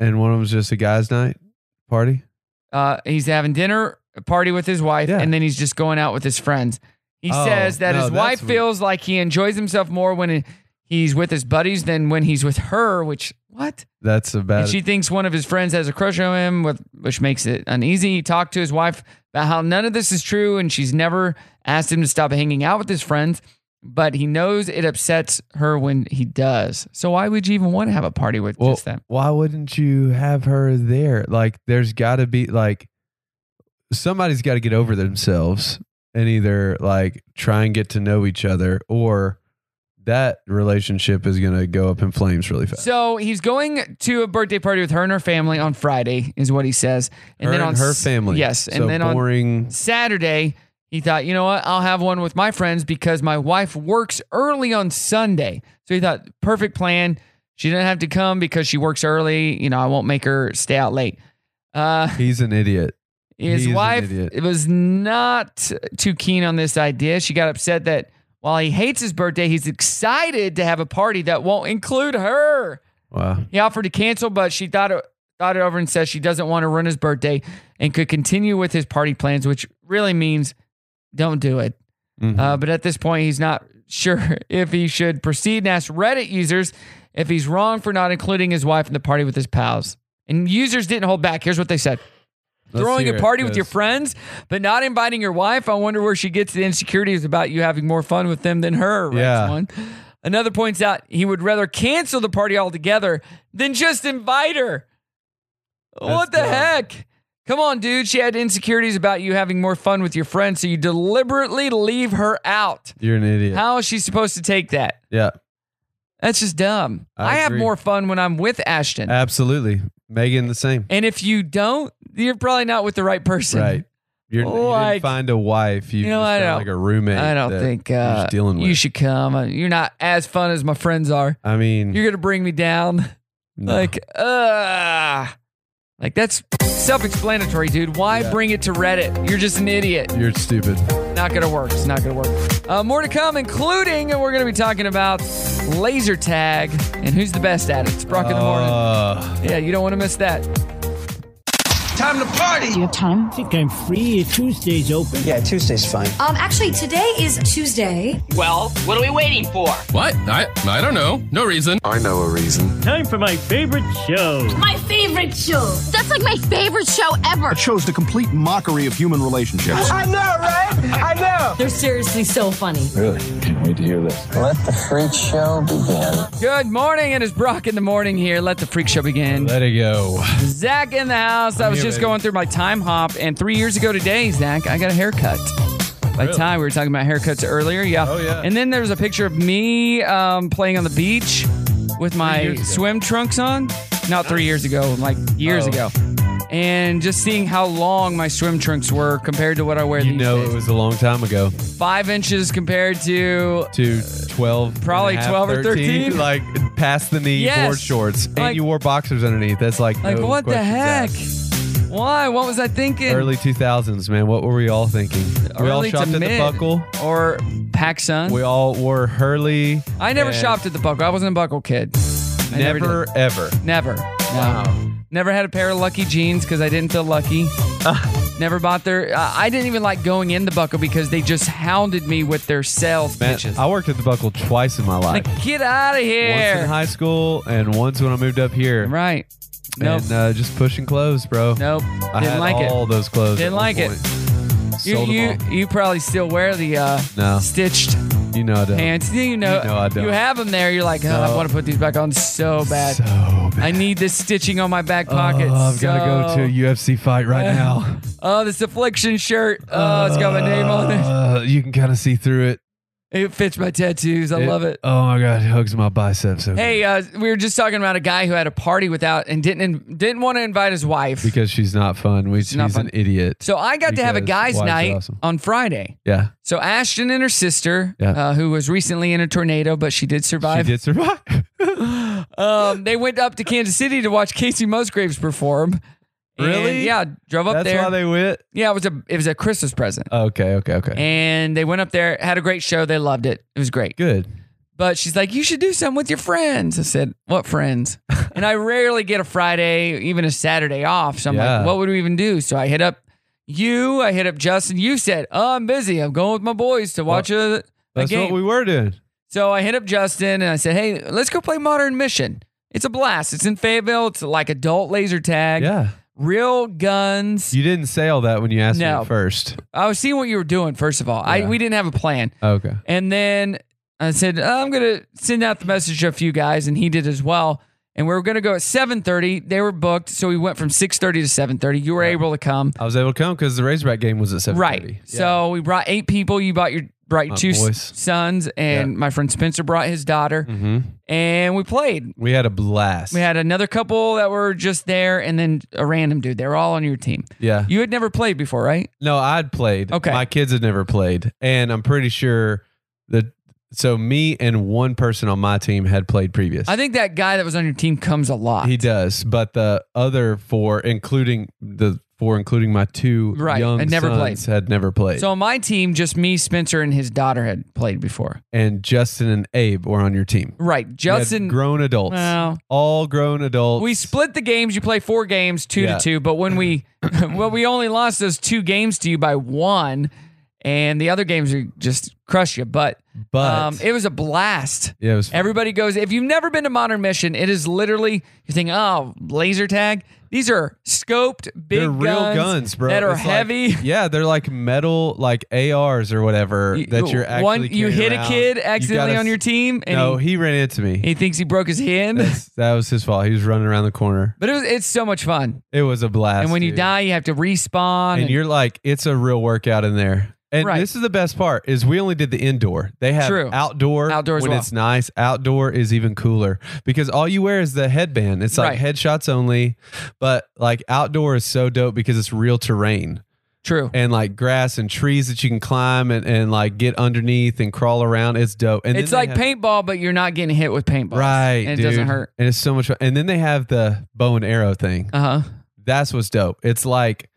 Speaker 4: and one of them was just a guy's night party.
Speaker 1: Uh, he's having dinner a party with his wife, and then he's just going out with his friends. He
Speaker 4: Oh,
Speaker 1: says that
Speaker 4: no,
Speaker 1: his
Speaker 4: that's
Speaker 1: wife
Speaker 4: weird.
Speaker 1: feels like he enjoys himself more when he- he's with his buddies than when he's with her, which what?
Speaker 4: That's a bad.
Speaker 1: and she thinks one of his friends has a crush on him, with, which makes it uneasy. He talked to his wife about how none of this is true, and she's never asked him to stop hanging out with his friends. but he knows it upsets her when he does. So why would you even want to have a party with
Speaker 4: Well,
Speaker 1: just them?
Speaker 4: why wouldn't you have her there? Like, there's got to be like somebody's got to get over themselves and either like try and get to know each other, or that relationship is going to go up in flames really fast.
Speaker 1: So he's going to a birthday party with her and her family on Friday, is what he says. And
Speaker 4: Her
Speaker 1: then
Speaker 4: and
Speaker 1: on
Speaker 4: her
Speaker 1: s-
Speaker 4: family.
Speaker 1: yes. And
Speaker 4: So
Speaker 1: then
Speaker 4: boring.
Speaker 1: on Saturday, he thought, you know what, I'll have one with my friends because my wife works early on Sunday. So he thought, perfect plan. She doesn't have to come because she works early. You know, I won't make her stay out late. Uh,
Speaker 4: He's an idiot.
Speaker 1: his
Speaker 4: He's an
Speaker 1: wife
Speaker 4: idiot.
Speaker 1: was not too keen on this idea. She got upset that while he hates his birthday, he's excited to have a party that won't include her.
Speaker 4: Wow.
Speaker 1: He offered to cancel, but she thought it, thought it over and says she doesn't want to ruin his birthday and could continue with his party plans, which really means don't do it. Uh, but at this point, he's not sure (laughs) if he should proceed and asked Reddit users if he's wrong for not including his wife in the party with his pals. And users didn't hold back. Here's what they said.
Speaker 4: Let's
Speaker 1: Throwing
Speaker 4: hear
Speaker 1: a
Speaker 4: it,
Speaker 1: party with your
Speaker 4: 'cause-
Speaker 1: friends, but not inviting your wife. I wonder where she gets the insecurities about you having more fun with them than her. writes
Speaker 4: Yeah.
Speaker 1: one. Another points out he would rather cancel the party altogether than just invite her. what the heck? Come on, dude. She had insecurities about you having more fun with your friends, so you deliberately leave her out.
Speaker 4: You're an idiot.
Speaker 1: How is she supposed to take that?
Speaker 4: yeah.
Speaker 1: That's just dumb. I,
Speaker 4: I
Speaker 1: have
Speaker 4: agree. Uh,
Speaker 1: more fun when I'm with Ashton.
Speaker 4: Absolutely. Megan, the same.
Speaker 1: and if you don't, you're probably not with the right person.
Speaker 4: Right. You're, you
Speaker 1: Like-
Speaker 4: didn't find a wife. You,
Speaker 1: You know, I
Speaker 4: just
Speaker 1: don't-
Speaker 4: found like a roommate.
Speaker 1: I don't
Speaker 4: that
Speaker 1: think
Speaker 4: you're
Speaker 1: uh,
Speaker 4: just dealing with.
Speaker 1: you should come. Uh, You're not as fun as my friends are.
Speaker 4: I mean,
Speaker 1: You're gonna bring me down. (laughs) Like, uh like that's self-explanatory, dude. Why bring it to Reddit? You're just an idiot.
Speaker 4: you're stupid.
Speaker 1: Not gonna work. It's not gonna work. Uh, more to come, including uh, we're gonna be talking about laser tag and who's the best at it. It's Brock in the morning.
Speaker 4: Uh,
Speaker 1: Yeah, you don't want to miss that.
Speaker 3: Time to party. Do you have time? I think I'm free. Tuesday's open. Yeah, Tuesday's fine.
Speaker 2: Um, actually, today is Tuesday.
Speaker 3: Well, what are we waiting for?
Speaker 5: What? I I don't know. No reason. I know a reason. Time for my favorite show.
Speaker 9: My favorite show. That's like my favorite show ever.
Speaker 23: It shows the complete mockery of human relationships.
Speaker 3: know, right? I know.
Speaker 2: They're seriously so funny.
Speaker 23: Really? Can't wait to hear this. Let the freak show begin.
Speaker 1: Good morning, and it's Brock in the morning here. Let the freak show begin.
Speaker 4: Let it go.
Speaker 1: Zach in the house. I
Speaker 4: I'm
Speaker 1: was
Speaker 4: here,
Speaker 1: just
Speaker 4: baby.
Speaker 1: going through my time hop, and three years ago today, Zach, I got a haircut. By
Speaker 4: Really?
Speaker 1: Ty, we were talking about haircuts earlier. Yeah.
Speaker 4: Oh, yeah.
Speaker 1: And then there was a picture of me um, playing on the beach with my
Speaker 4: years ago.
Speaker 1: swim trunks on. Not three years ago, like years
Speaker 4: Oh.
Speaker 1: ago. And just seeing how long my swim trunks were compared to what I wear
Speaker 4: You
Speaker 1: these
Speaker 4: know,
Speaker 1: days.
Speaker 4: it was a long time ago.
Speaker 1: Five inches compared to
Speaker 4: To 12, and a
Speaker 1: Probably
Speaker 4: half,
Speaker 1: 12 or 13.
Speaker 4: Like past the knee
Speaker 1: Yes.
Speaker 4: board shorts. And
Speaker 1: Like-
Speaker 4: you wore boxers underneath. That's like,
Speaker 1: Like,
Speaker 4: no
Speaker 1: what the
Speaker 4: questions
Speaker 1: heck?
Speaker 4: asked.
Speaker 1: Why? What was I thinking?
Speaker 4: Early 2000s, man. What were we all thinking? we all
Speaker 1: Early to
Speaker 4: shopped at the
Speaker 1: mid.
Speaker 4: buckle.
Speaker 1: Or PacSun.
Speaker 4: We all wore Hurley.
Speaker 1: I never
Speaker 4: and
Speaker 1: shopped at the Buckle. I wasn't a Buckle kid. I never
Speaker 4: Never, ever.
Speaker 1: Never. No. Never had a pair of lucky jeans because I didn't feel lucky.
Speaker 4: Uh.
Speaker 1: Never bought their. Uh, I didn't even like going in the buckle because they just hounded me with their sales
Speaker 4: Man,
Speaker 1: pitches.
Speaker 4: I worked at the buckle twice in my life.
Speaker 1: Like, get out of
Speaker 4: Once in
Speaker 1: here.
Speaker 4: high school and once when I moved up here.
Speaker 1: Right. Nope.
Speaker 4: And uh, just pushing clothes, bro.
Speaker 1: Nope.
Speaker 4: I
Speaker 1: Didn't
Speaker 4: had
Speaker 1: like it.
Speaker 4: all those clothes.
Speaker 1: Didn't
Speaker 4: at one
Speaker 1: like it.
Speaker 4: point.
Speaker 1: You,
Speaker 4: Sold them
Speaker 1: you,
Speaker 4: all.
Speaker 1: you probably still wear the uh,
Speaker 4: No.
Speaker 1: stitched
Speaker 4: You know I don't.
Speaker 1: pants. You know,
Speaker 4: You know I don't.
Speaker 1: you have them there. You're like, oh, I
Speaker 4: No.
Speaker 1: want to put these back on so bad.
Speaker 4: So
Speaker 1: I need this stitching on my back
Speaker 4: Oh,
Speaker 1: pocket.
Speaker 4: I've got to go
Speaker 1: so
Speaker 4: to a UFC fight
Speaker 1: (laughs)
Speaker 4: right now.
Speaker 1: Oh, this affliction shirt. Oh, it's got my name on it.
Speaker 4: Uh, you can kind of see through it.
Speaker 1: It fits my tattoos. I love it.
Speaker 4: Oh my god, it hugs my biceps. so good.
Speaker 1: Hey, uh, we were just talking about a guy who had a party without and didn't didn't want to invite his wife.
Speaker 4: Because she's not fun. We, she's
Speaker 1: not fun.
Speaker 4: an idiot.
Speaker 1: So I got to have a
Speaker 4: Because
Speaker 1: guys'
Speaker 4: wives are
Speaker 1: night
Speaker 4: awesome.
Speaker 1: on Friday.
Speaker 4: Yeah.
Speaker 1: So Ashton and her sister,
Speaker 4: Yeah.
Speaker 1: uh, who was recently in a tornado, but she did survive.
Speaker 4: She did survive. (laughs)
Speaker 1: um, they went up to Kansas City to watch Casey Musgraves perform. And,
Speaker 4: Really?
Speaker 1: yeah, drove up
Speaker 4: That's
Speaker 1: there.
Speaker 4: why they went.
Speaker 1: yeah, it was a it was a Christmas present,
Speaker 4: Okay, okay, okay.
Speaker 1: and they went up there, had a great show. They loved it. It was great.
Speaker 4: Good.
Speaker 1: But she's like, you should do something with your friends. I said, what friends? and I rarely get a Friday, even a Saturday off. So I'm
Speaker 4: Yeah.
Speaker 1: like, what would we even do? So I hit up you. I hit up Justin. You said, oh, I'm busy. I'm going with my boys to watch a, a
Speaker 4: That's
Speaker 1: game.
Speaker 4: what we were doing.
Speaker 1: So I hit up Justin and I said, "Hey, let's go play Modern Mission. It's a blast. It's in Fayetteville. It's like adult laser tag.
Speaker 4: Yeah.
Speaker 1: real guns.
Speaker 4: You didn't say all that when you asked
Speaker 1: No.
Speaker 4: me at first.
Speaker 1: I was seeing what you were doing. First of all, I
Speaker 4: Yeah.
Speaker 1: we didn't have a plan,
Speaker 4: Okay.
Speaker 1: and then I said, "Uh, I'm going to send out the message to a few guys, and he did as well. And we were going to go at 7.30. They were booked, so we went from 6.30 to 7.30. You were able to come.
Speaker 4: I was able to come because the Razorback game was at seven.
Speaker 1: Right. So we brought eight people. You brought your brought your
Speaker 4: My
Speaker 1: two s-
Speaker 4: boys. Mm-hmm.
Speaker 1: sons, and my friend Spencer brought his daughter, and we played.
Speaker 4: We had a blast.
Speaker 1: We had another couple that were just there, and then a random dude. They were all on your team.
Speaker 4: Yeah.
Speaker 1: You had never played before, right?
Speaker 4: No, I'd played. Okay. My kids had never played. And I'm pretty sure that so me and one person on my team had played previous.
Speaker 1: I think that guy that was on your team comes a lot.
Speaker 4: he does. But the other four, including the four, including my two
Speaker 1: Right,
Speaker 4: young
Speaker 1: had never played.
Speaker 4: sons, had never played.
Speaker 1: So on my team, just me, Spencer, and his daughter had played before.
Speaker 4: and Justin and Abe were on your team.
Speaker 1: Right.
Speaker 4: We had
Speaker 1: Justin
Speaker 4: grown adults.
Speaker 1: Well,
Speaker 4: all grown adults.
Speaker 1: we split the games. You play four games, two
Speaker 4: Yeah.
Speaker 1: to two. But
Speaker 4: (clears throat)
Speaker 1: when we, well, we only lost those two games to you by one, and the other games we just crushed you. But
Speaker 4: But-
Speaker 1: um, it was a blast.
Speaker 4: Yeah, it was
Speaker 1: Everybody goes. If you've never been to Modern Mission, it is literally you think, oh, laser tag. These are scoped big
Speaker 4: they're real guns, bro.
Speaker 1: that are
Speaker 4: It's like-
Speaker 1: heavy. (laughs)
Speaker 4: yeah, they're like metal, like ARs or whatever that you're actually.
Speaker 1: one you
Speaker 4: carrying
Speaker 1: hit a
Speaker 4: around.
Speaker 1: kid
Speaker 4: You
Speaker 1: accidentally
Speaker 4: gotta-
Speaker 1: on your team, and
Speaker 4: no,
Speaker 1: he,
Speaker 4: he, ran into me. (laughs)
Speaker 1: he thinks he broke his hand.
Speaker 4: that was his fault. He was running around the corner.
Speaker 1: But it was, it's so much fun.
Speaker 4: It was a blast.
Speaker 1: And when you
Speaker 4: dude.
Speaker 1: die, you have to respawn.
Speaker 4: and you're like, it's a real workout in there. And
Speaker 1: Right.
Speaker 4: this is the best part is we only did the indoor. They have
Speaker 1: True.
Speaker 4: outdoor
Speaker 1: Outdoor as
Speaker 4: when
Speaker 1: well.
Speaker 4: it's nice. Outdoor is even cooler because all you wear is the headband. It's like headshots only, but like outdoor is so dope because it's real terrain.
Speaker 1: True.
Speaker 4: And like grass and trees that you can climb and, and like get underneath and crawl around. It's dope. And then
Speaker 1: it's
Speaker 4: they
Speaker 1: like
Speaker 4: have-
Speaker 1: paintball, but you're not getting hit with paintballs.
Speaker 4: Right.
Speaker 1: And it doesn't
Speaker 4: dude.
Speaker 1: hurt.
Speaker 4: And it's so much fun. And then they have the bow and arrow thing.
Speaker 1: Uh huh.
Speaker 4: That's what's dope. It's like,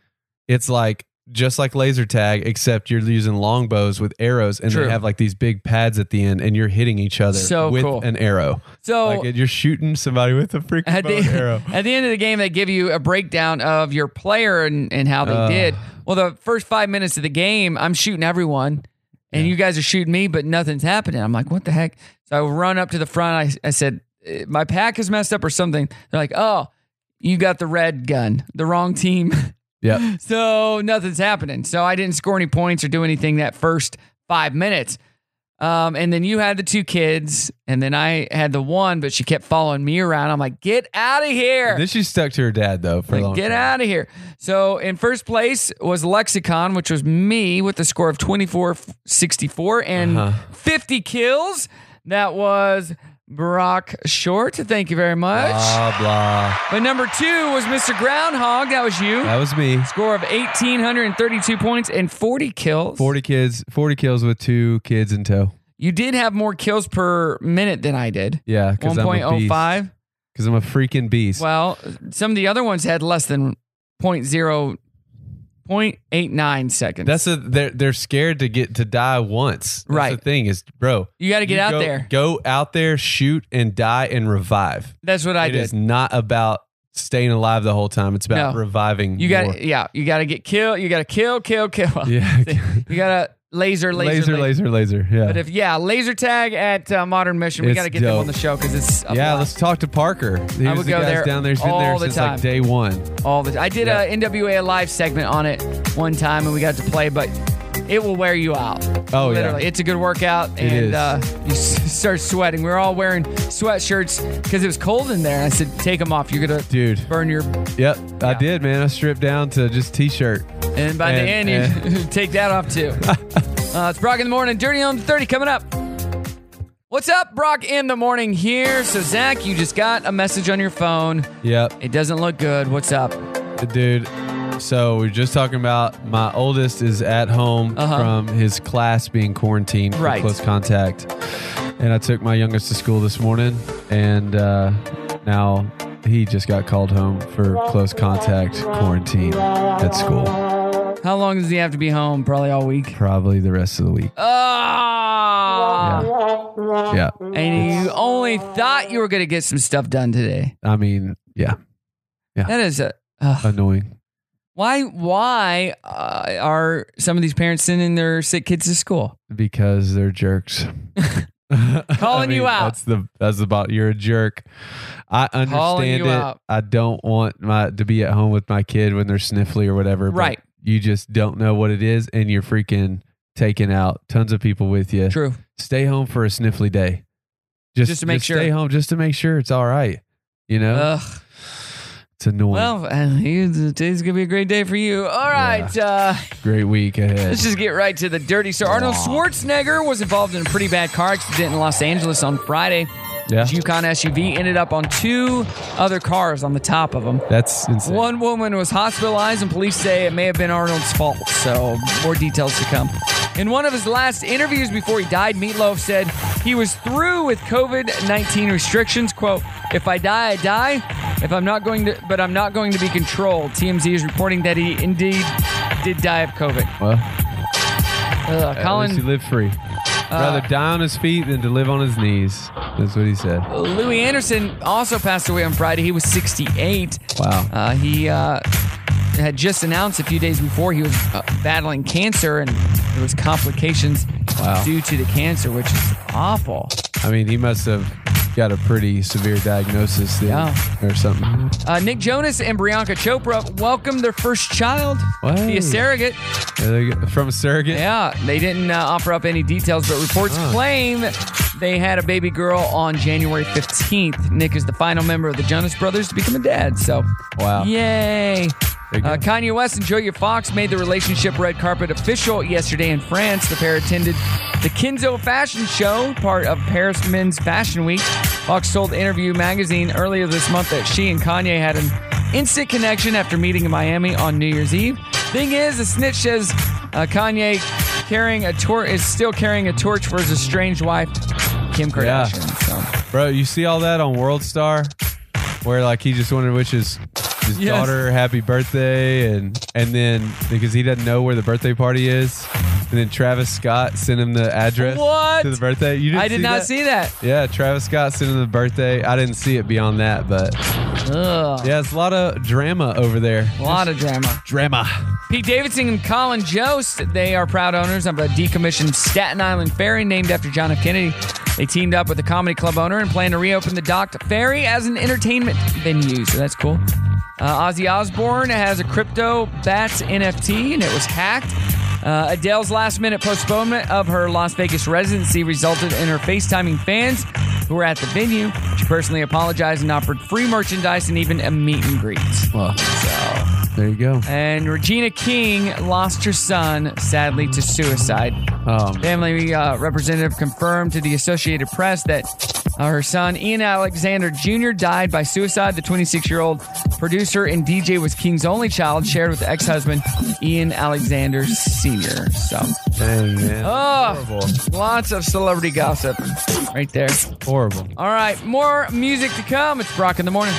Speaker 4: it's like just like laser tag, except you're using longbows with arrows, and
Speaker 1: True.
Speaker 4: they have like these big pads at the end, and you're hitting each other
Speaker 1: So
Speaker 4: with
Speaker 1: cool. Oh.
Speaker 4: an arrow.
Speaker 1: So-
Speaker 4: like, you're shooting somebody with a freaking
Speaker 1: (laughs)
Speaker 4: (laughs)
Speaker 1: At
Speaker 4: bow and
Speaker 1: the,
Speaker 4: arrow.
Speaker 1: at the end of the game, they give you a breakdown of your player and, and how they
Speaker 4: Ugh.
Speaker 1: did. Well, the first five minutes of the game, I'm shooting everyone, and you guys are shooting me, but nothing's happening. I'm like, what the heck? So I run up to the front. I, I said, "Eh, my pack is messed up or something. They're like, oh, you got the red gun, the wrong team. (laughs)
Speaker 4: Yep.
Speaker 1: so nothing's happening. So I didn't score any points or do anything that first five minutes. Um, and then you had the two kids, and then I had the one, but she kept following me around. I'm like, get out of here.
Speaker 4: Then she stuck to her dad though for a long.
Speaker 1: Get out of here. So in first place was Lexicon, which was me with a score of 24 64 and
Speaker 4: Uh-huh.
Speaker 1: 50 kills. That was Brock Short. Thank you very much.
Speaker 4: Blah blah.
Speaker 1: But number two was Mr. Groundhog. That was you.
Speaker 4: That was me.
Speaker 1: Score of 1,832 points and 40 kills.
Speaker 4: Forty kids, forty kills with two kids in tow.
Speaker 1: You did have more kills per minute than I did.
Speaker 4: Yeah, because I'm a beast.
Speaker 1: 1.05.
Speaker 4: Because I'm a freaking beast.
Speaker 1: Well, some of the other ones had less than 0.0, 0.89 seconds.
Speaker 4: That's a they're they're scared to get to die once. That's
Speaker 1: Right.
Speaker 4: The thing is, bro,
Speaker 1: You gotta get out
Speaker 4: go-
Speaker 1: there.
Speaker 4: Go out there, shoot, and die and revive.
Speaker 1: That's what I
Speaker 4: It
Speaker 1: did.
Speaker 4: is not about staying alive the whole time. It's about
Speaker 1: No.
Speaker 4: reviving.
Speaker 1: you (laughs)
Speaker 4: more.
Speaker 1: got yeah, you got to get killed. You got to kill, kill, kill.
Speaker 4: Yeah.
Speaker 1: (laughs) you got to laser, laser,
Speaker 4: laser, laser, laser. Yeah.
Speaker 1: But if yeah, laser tag at uh, Modern Mission, we
Speaker 4: It's
Speaker 1: got to get them
Speaker 4: dope.
Speaker 1: on the show because it's a
Speaker 4: yeah,
Speaker 1: blast.
Speaker 4: let's talk to Parker. He
Speaker 1: I
Speaker 4: was
Speaker 1: would
Speaker 4: the
Speaker 1: go
Speaker 4: guy's
Speaker 1: there
Speaker 4: down there. He's been
Speaker 1: all
Speaker 4: there
Speaker 1: the
Speaker 4: since
Speaker 1: time.
Speaker 4: like day one.
Speaker 1: all the I did a NWA live segment on it one time and we got to play, but it will wear you out.
Speaker 4: Oh, yeah.
Speaker 1: literally, it's a good workout,
Speaker 4: It
Speaker 1: and
Speaker 4: is.
Speaker 1: Uh, you s- (laughs) start sweating. We were all wearing sweatshirts because it was cold in there. I said, "Take them off. You're gonna
Speaker 4: Dude.
Speaker 1: burn your."
Speaker 4: Yep, I did, man. I stripped down to just t-shirt.
Speaker 1: And by the end, you (laughs) take that
Speaker 4: (laughs)
Speaker 1: off too. uh, it's Brock in the morning. Dirty Home Thirty coming up. What's up, Brock in the morning here? So Zach, you just got a message on your phone.
Speaker 4: Yep.
Speaker 1: It doesn't look good. What's up?
Speaker 4: Dude, so we are just talking about my oldest is at home
Speaker 1: Uh-huh.
Speaker 4: from his class being quarantined
Speaker 1: Right.
Speaker 4: for close contact. And I took my youngest to school this morning, and uh, now he just got called home for close contact quarantine at school.
Speaker 1: How long does he have to be home? Probably all week.
Speaker 4: Probably the rest of the week.
Speaker 1: Oh.
Speaker 4: Yeah.
Speaker 1: And you only thought you were going to get some stuff done today.
Speaker 4: I mean, yeah. Yeah.
Speaker 1: That is a. ugh.
Speaker 4: Annoying.
Speaker 1: why? Why uh, are some of these parents sending their sick kids to school?
Speaker 4: Because they're (laughs) jerks.
Speaker 1: Calling you out.
Speaker 4: That's the that's the bot. You're a jerk. I
Speaker 1: Calling
Speaker 4: understand
Speaker 1: you
Speaker 4: it.
Speaker 1: out.
Speaker 4: I don't want my to be at home with my kid when they're sniffly or whatever. but
Speaker 1: Right.
Speaker 4: You just don't know what it is, and you're freaking taking out tons of people with you.
Speaker 1: True.
Speaker 4: Stay home for a sniffly day. Just,
Speaker 1: Just to make
Speaker 4: Stay
Speaker 1: sure.
Speaker 4: home just to make sure it's all right. You know?
Speaker 1: Ugh.
Speaker 4: It's annoying.
Speaker 1: Well, uh, you- today's gonna be a great day for you. All right, uh,
Speaker 4: Great week ahead.
Speaker 1: (laughs) let's just get right to the dirty. So Arnold Schwarzenegger was involved in a pretty bad car accident in Los Angeles on Friday.
Speaker 4: Yeah.
Speaker 1: His Yukon SUV ended up on two other cars on the top of them.
Speaker 4: That's insane.
Speaker 1: One woman was hospitalized, and police say it may have been Arnold's fault. So, more details to come. In one of his last interviews before he died, Meatloaf said he was through with COVID 19 restrictions. Quote, if I die, I die. If I'm not going to, but I'm not going to be controlled. TMZ is reporting that he indeed did die of COVID.
Speaker 4: Well,
Speaker 1: Ugh,
Speaker 4: Colin, at least
Speaker 1: Colin, Uh,
Speaker 4: he lived free. Rather die on his feet than to live on his knees. That's what he said.
Speaker 1: Louis Anderson also passed away on Friday. He was 68.
Speaker 4: Wow.
Speaker 1: Uh, he uh, had just announced a few days before he was uh, battling cancer, and there was complications
Speaker 4: Wow.
Speaker 1: due to the cancer, which is awful.
Speaker 4: I mean, he must have got a pretty severe diagnosis then,
Speaker 1: Yeah.
Speaker 4: or something.
Speaker 1: Uh, Nick Jonas and Priyanka Chopra welcomed their first child
Speaker 4: What?
Speaker 1: via surrogate.
Speaker 4: There they go. From a surrogate?
Speaker 1: Yeah, they didn't uh, offer up any details, but reports
Speaker 4: Huh.
Speaker 1: claim they had a baby girl on January 15th. Nick is the final member of the Jonas Brothers to become a dad. So,
Speaker 4: Wow.
Speaker 1: Yay. Uh, Kanye West and Julia Fox made the relationship red carpet official yesterday in France. The pair attended the Kenzo Fashion Show, part of Paris Men's Fashion Week. Fox told Interview Magazine earlier this month that she and Kanye had an instant connection after meeting in Miami on New Year's Eve. Thing is, the snitch says uh, Kanye carrying a tor- is still carrying a torch for his estranged wife, Kim
Speaker 4: Yeah.
Speaker 1: Kardashian.
Speaker 4: Bro, you see all that on World Star, where like he just wanted to wish his his
Speaker 1: Yes.
Speaker 4: daughter happy birthday, and and then because he doesn't know where the birthday party is, and then Travis Scott sent him the address
Speaker 1: What?
Speaker 4: to the birthday. You didn't
Speaker 1: I did
Speaker 4: see
Speaker 1: not
Speaker 4: that?
Speaker 1: see that.
Speaker 4: Yeah, Travis Scott sent him the birthday. I didn't see it beyond that, but yeah, it's a lot of drama over there.
Speaker 1: A lot of drama.
Speaker 4: Drama.
Speaker 1: Pete Davidson and Colin Jost, they are proud owners of a decommissioned Staten Island ferry named after John F. Kennedy. They teamed up with a comedy club owner and plan to reopen the docked ferry as an entertainment venue. So that's cool. Uh, Ozzy Osbourne has a crypto bats NFT and it was hacked. Uh, Adele's last minute postponement of her Las Vegas residency resulted in her FaceTiming fans who were at the venue. She personally apologized and offered free merchandise and even a meet and greet.
Speaker 4: Well,
Speaker 1: so
Speaker 4: there you go.
Speaker 1: and Regina King lost her son, sadly, to suicide.
Speaker 4: Um,
Speaker 1: Family uh, representative confirmed to the Associated Press that uh, her son, Ian Alexander Jr., died by suicide. The 26 year old producer and DJ was King's only child, shared with ex husband Ian Alexander Sr. So,
Speaker 4: Dang man,
Speaker 1: oh, lots of celebrity gossip right there.
Speaker 4: horrible.
Speaker 1: All right, more music to come. It's Brock in the morning.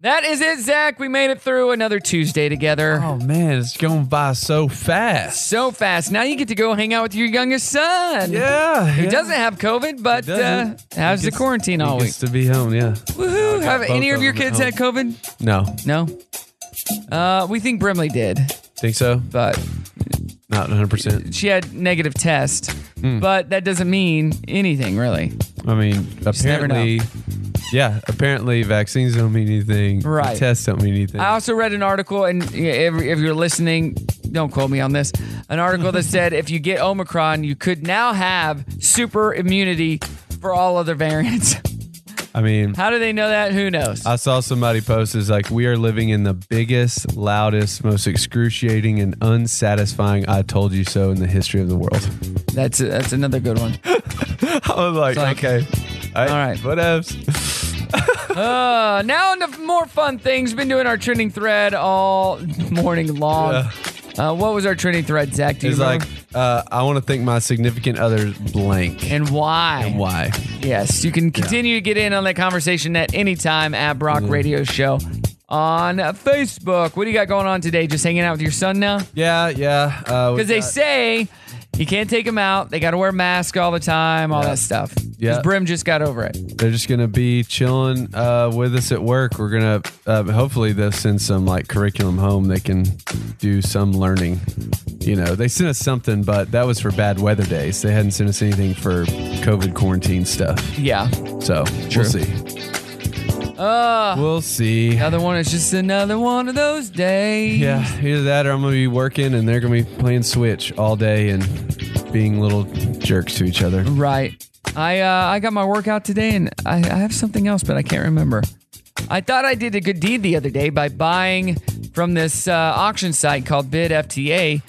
Speaker 1: That is it, Zach. We made it through another Tuesday together.
Speaker 4: Oh man, it's going by so fast.
Speaker 1: So fast. Now you get to go hang out with your youngest son.
Speaker 4: Yeah,
Speaker 1: Who
Speaker 4: yeah.
Speaker 1: doesn't have COVID, but uh,
Speaker 4: doesn't.
Speaker 1: has
Speaker 4: He
Speaker 1: the
Speaker 4: gets-
Speaker 1: quarantine all
Speaker 4: he
Speaker 1: week.
Speaker 4: gets to be home. Yeah.
Speaker 1: Woohoo. Have
Speaker 4: both
Speaker 1: any of
Speaker 4: of
Speaker 1: your
Speaker 4: them at
Speaker 1: kids had COVID?
Speaker 4: No.
Speaker 1: No. Uh, we think Brimley did.
Speaker 4: Think so?
Speaker 1: But
Speaker 4: not 100. percent
Speaker 1: She had negative test,
Speaker 4: Hmm.
Speaker 1: but that doesn't mean anything really.
Speaker 4: I mean,
Speaker 1: never know.
Speaker 4: apparently, yeah. Apparently, vaccines don't mean anything.
Speaker 1: Right.
Speaker 4: Tests don't mean anything.
Speaker 1: I also read an article, and if, if you're listening, don't quote me on this. An article that said if you get Omicron, you could now have super immunity for all other variants. (laughs)
Speaker 4: I mean,
Speaker 1: How do they know that? Who knows?
Speaker 4: I saw somebody post is like, we are living in the biggest, loudest, most excruciating, and unsatisfying "I told you so" in the history of the world. (laughs)
Speaker 1: That's that's another good one.
Speaker 4: I was like, okay, all
Speaker 1: right,
Speaker 4: what else?
Speaker 1: uh, now on to more fun things. Been doing our trending thread all morning long. Uh, what was our trending thread, Zach? Do you
Speaker 4: It's like,
Speaker 1: remember?
Speaker 4: uh, I want to thank my significant other blank.
Speaker 1: And why?
Speaker 4: And why?
Speaker 1: Yes, you can continue to get in on that conversation at any time at Brock Radio Show on Facebook. What do you got going on today? Just hanging out with your son now?
Speaker 4: Yeah, yeah. uh,
Speaker 1: Because they say you can't take him out. They got to wear a mask all the time, all
Speaker 4: Yeah.
Speaker 1: that stuff. 'Cause
Speaker 4: Yeah.
Speaker 1: Brim just got over it.
Speaker 4: They're just gonna be chilling uh, with us at work. We're gonna uh, hopefully they'll send some like curriculum home. They can do some learning. You know, they sent us something, but that was for bad weather days. They hadn't sent us anything for COVID quarantine stuff.
Speaker 1: Yeah.
Speaker 4: So
Speaker 1: True.
Speaker 4: we'll see.
Speaker 1: Uh,
Speaker 4: we'll see.
Speaker 1: Another one. It's just another one of those days.
Speaker 4: Yeah, either that or I'm gonna be working and they're gonna be playing Switch all day and being little jerks to each (laughs)
Speaker 1: Mm.
Speaker 4: other.
Speaker 1: Right. I uh, I got my workout today, and I, I have something else, but I can't remember. I thought I did a good deed the other day by buying from this uh, auction site called BidFTA.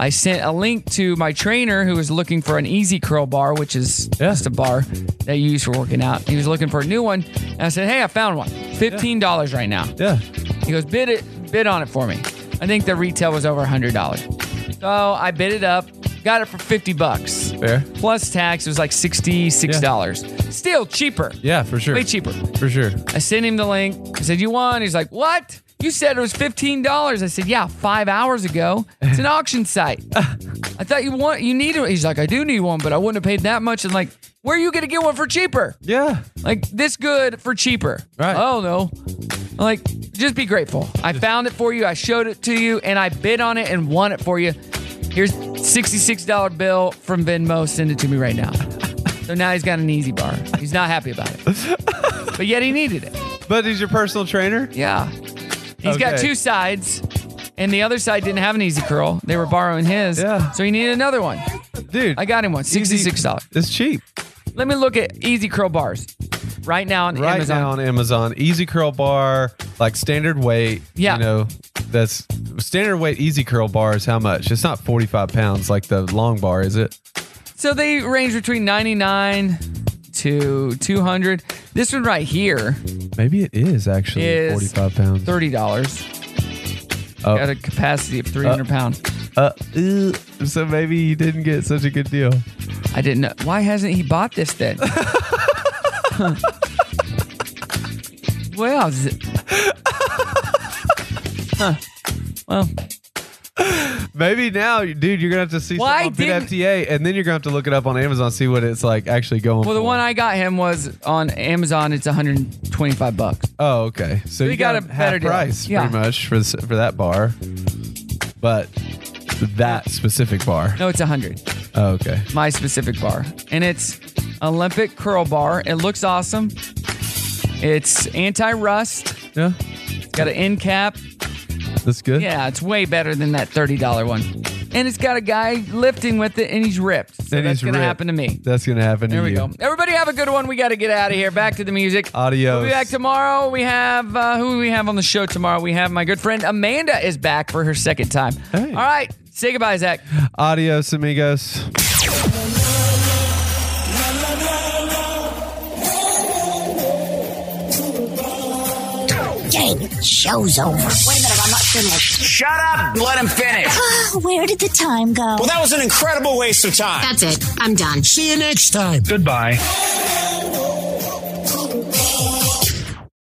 Speaker 1: I sent a link to my trainer who was looking for an easy curl bar, which is just a bar that you use for working out. He was looking for a new one, and I said, "Hey, I found one. Fifteen dollars right now."
Speaker 4: Yeah.
Speaker 1: He goes, "Bid it, bid on it for me." I think the retail was over hundred dollars, so I bid it up. Got it for fifty bucks.
Speaker 4: Fair.
Speaker 1: Plus tax, it was like sixty-six dollars. Still cheaper.
Speaker 4: Yeah, for sure.
Speaker 1: Way cheaper.
Speaker 4: For sure.
Speaker 1: I sent him the link. I said, You won? He's like, What? You said it was $15. I said, Yeah, five hours ago.
Speaker 4: (laughs)
Speaker 1: It's an auction site. I thought you want you need one. He's like, I do need one, but I wouldn't have paid that much. And like, where are you gonna get one for cheaper?
Speaker 4: Yeah.
Speaker 1: Like this good for cheaper. Right. Oh no. I'm like, just be grateful. I found it for you, I showed it to you, and I bid on it and won it for you. Here's $66 bill from Venmo. Send it to me right now. (laughs) So now he's got an easy bar. He's not happy about (laughs) it. But yet he needed it.
Speaker 4: But he's your personal trainer?
Speaker 1: Yeah. He's got
Speaker 4: Okay.
Speaker 1: two sides, and the other side didn't have an easy curl. They were borrowing his. Yeah. So he needed another one.
Speaker 4: Dude.
Speaker 1: I got him one. $66.
Speaker 4: It's cheap.
Speaker 1: Let me look at easy curl bars right now on
Speaker 4: Right
Speaker 1: Amazon.
Speaker 4: now on Amazon, easy curl bar, like standard weight.
Speaker 1: Yeah.
Speaker 4: You know, that's standard weight easy curl bar is how much? It's not 45 pounds like the long bar, is it?
Speaker 1: So they range between 99 to 200. This one right here
Speaker 4: Maybe it is actually
Speaker 1: Is
Speaker 4: 45 pounds.
Speaker 1: $30.
Speaker 4: Oh.
Speaker 1: Got a capacity of 300 pounds.
Speaker 4: Uh, ew. so maybe you didn't get such a good deal.
Speaker 1: I didn't know. Why hasn't he bought
Speaker 4: (laughs)
Speaker 1: this then? well, z- huh. Well,
Speaker 4: Maybe now, dude, you're gonna have to see
Speaker 1: Why
Speaker 4: something on
Speaker 1: didn't-
Speaker 4: FTA, and then you're gonna have to look it up on Amazon, see what it's like actually going.
Speaker 1: well, the
Speaker 4: for.
Speaker 1: one I got him was on Amazon. It's 125 bucks.
Speaker 4: Oh, okay. So
Speaker 1: We
Speaker 4: you
Speaker 1: got
Speaker 4: got,
Speaker 1: a better
Speaker 4: half
Speaker 1: deal.
Speaker 4: price
Speaker 1: Yeah.
Speaker 4: pretty much for this, for that bar, but that specific bar.
Speaker 1: No, it's 100.
Speaker 4: Oh, okay.
Speaker 1: My specific bar, and it's Olympic curl bar. It looks awesome. It's anti-rust.
Speaker 4: Yeah.
Speaker 1: got an end cap.
Speaker 4: That's good.
Speaker 1: Yeah, it's way better than that $30 one. And it's got a guy lifting with it, and he's ripped. So
Speaker 4: Then
Speaker 1: that's
Speaker 4: he's
Speaker 1: going to
Speaker 4: ripped.
Speaker 1: happen to me.
Speaker 4: That's gonna happen
Speaker 1: There
Speaker 4: to
Speaker 1: we
Speaker 4: you.
Speaker 1: go. Everybody have a good one. We got to get out of here. Back to the music.
Speaker 4: Adios.
Speaker 1: We'll be back tomorrow. We have uh, who we have on the show tomorrow. We have my good friend Amanda is back for her second time. All right, say goodbye, Zach.
Speaker 4: Adios, amigos.
Speaker 19: Dang it, show's over. Wait a minute, I'm not finished.
Speaker 21: Shut up! Let him finish.
Speaker 19: Where did the time go?
Speaker 21: Well, that was an incredible waste of time.
Speaker 19: That's it. I'm done.
Speaker 21: See you next time. Goodbye.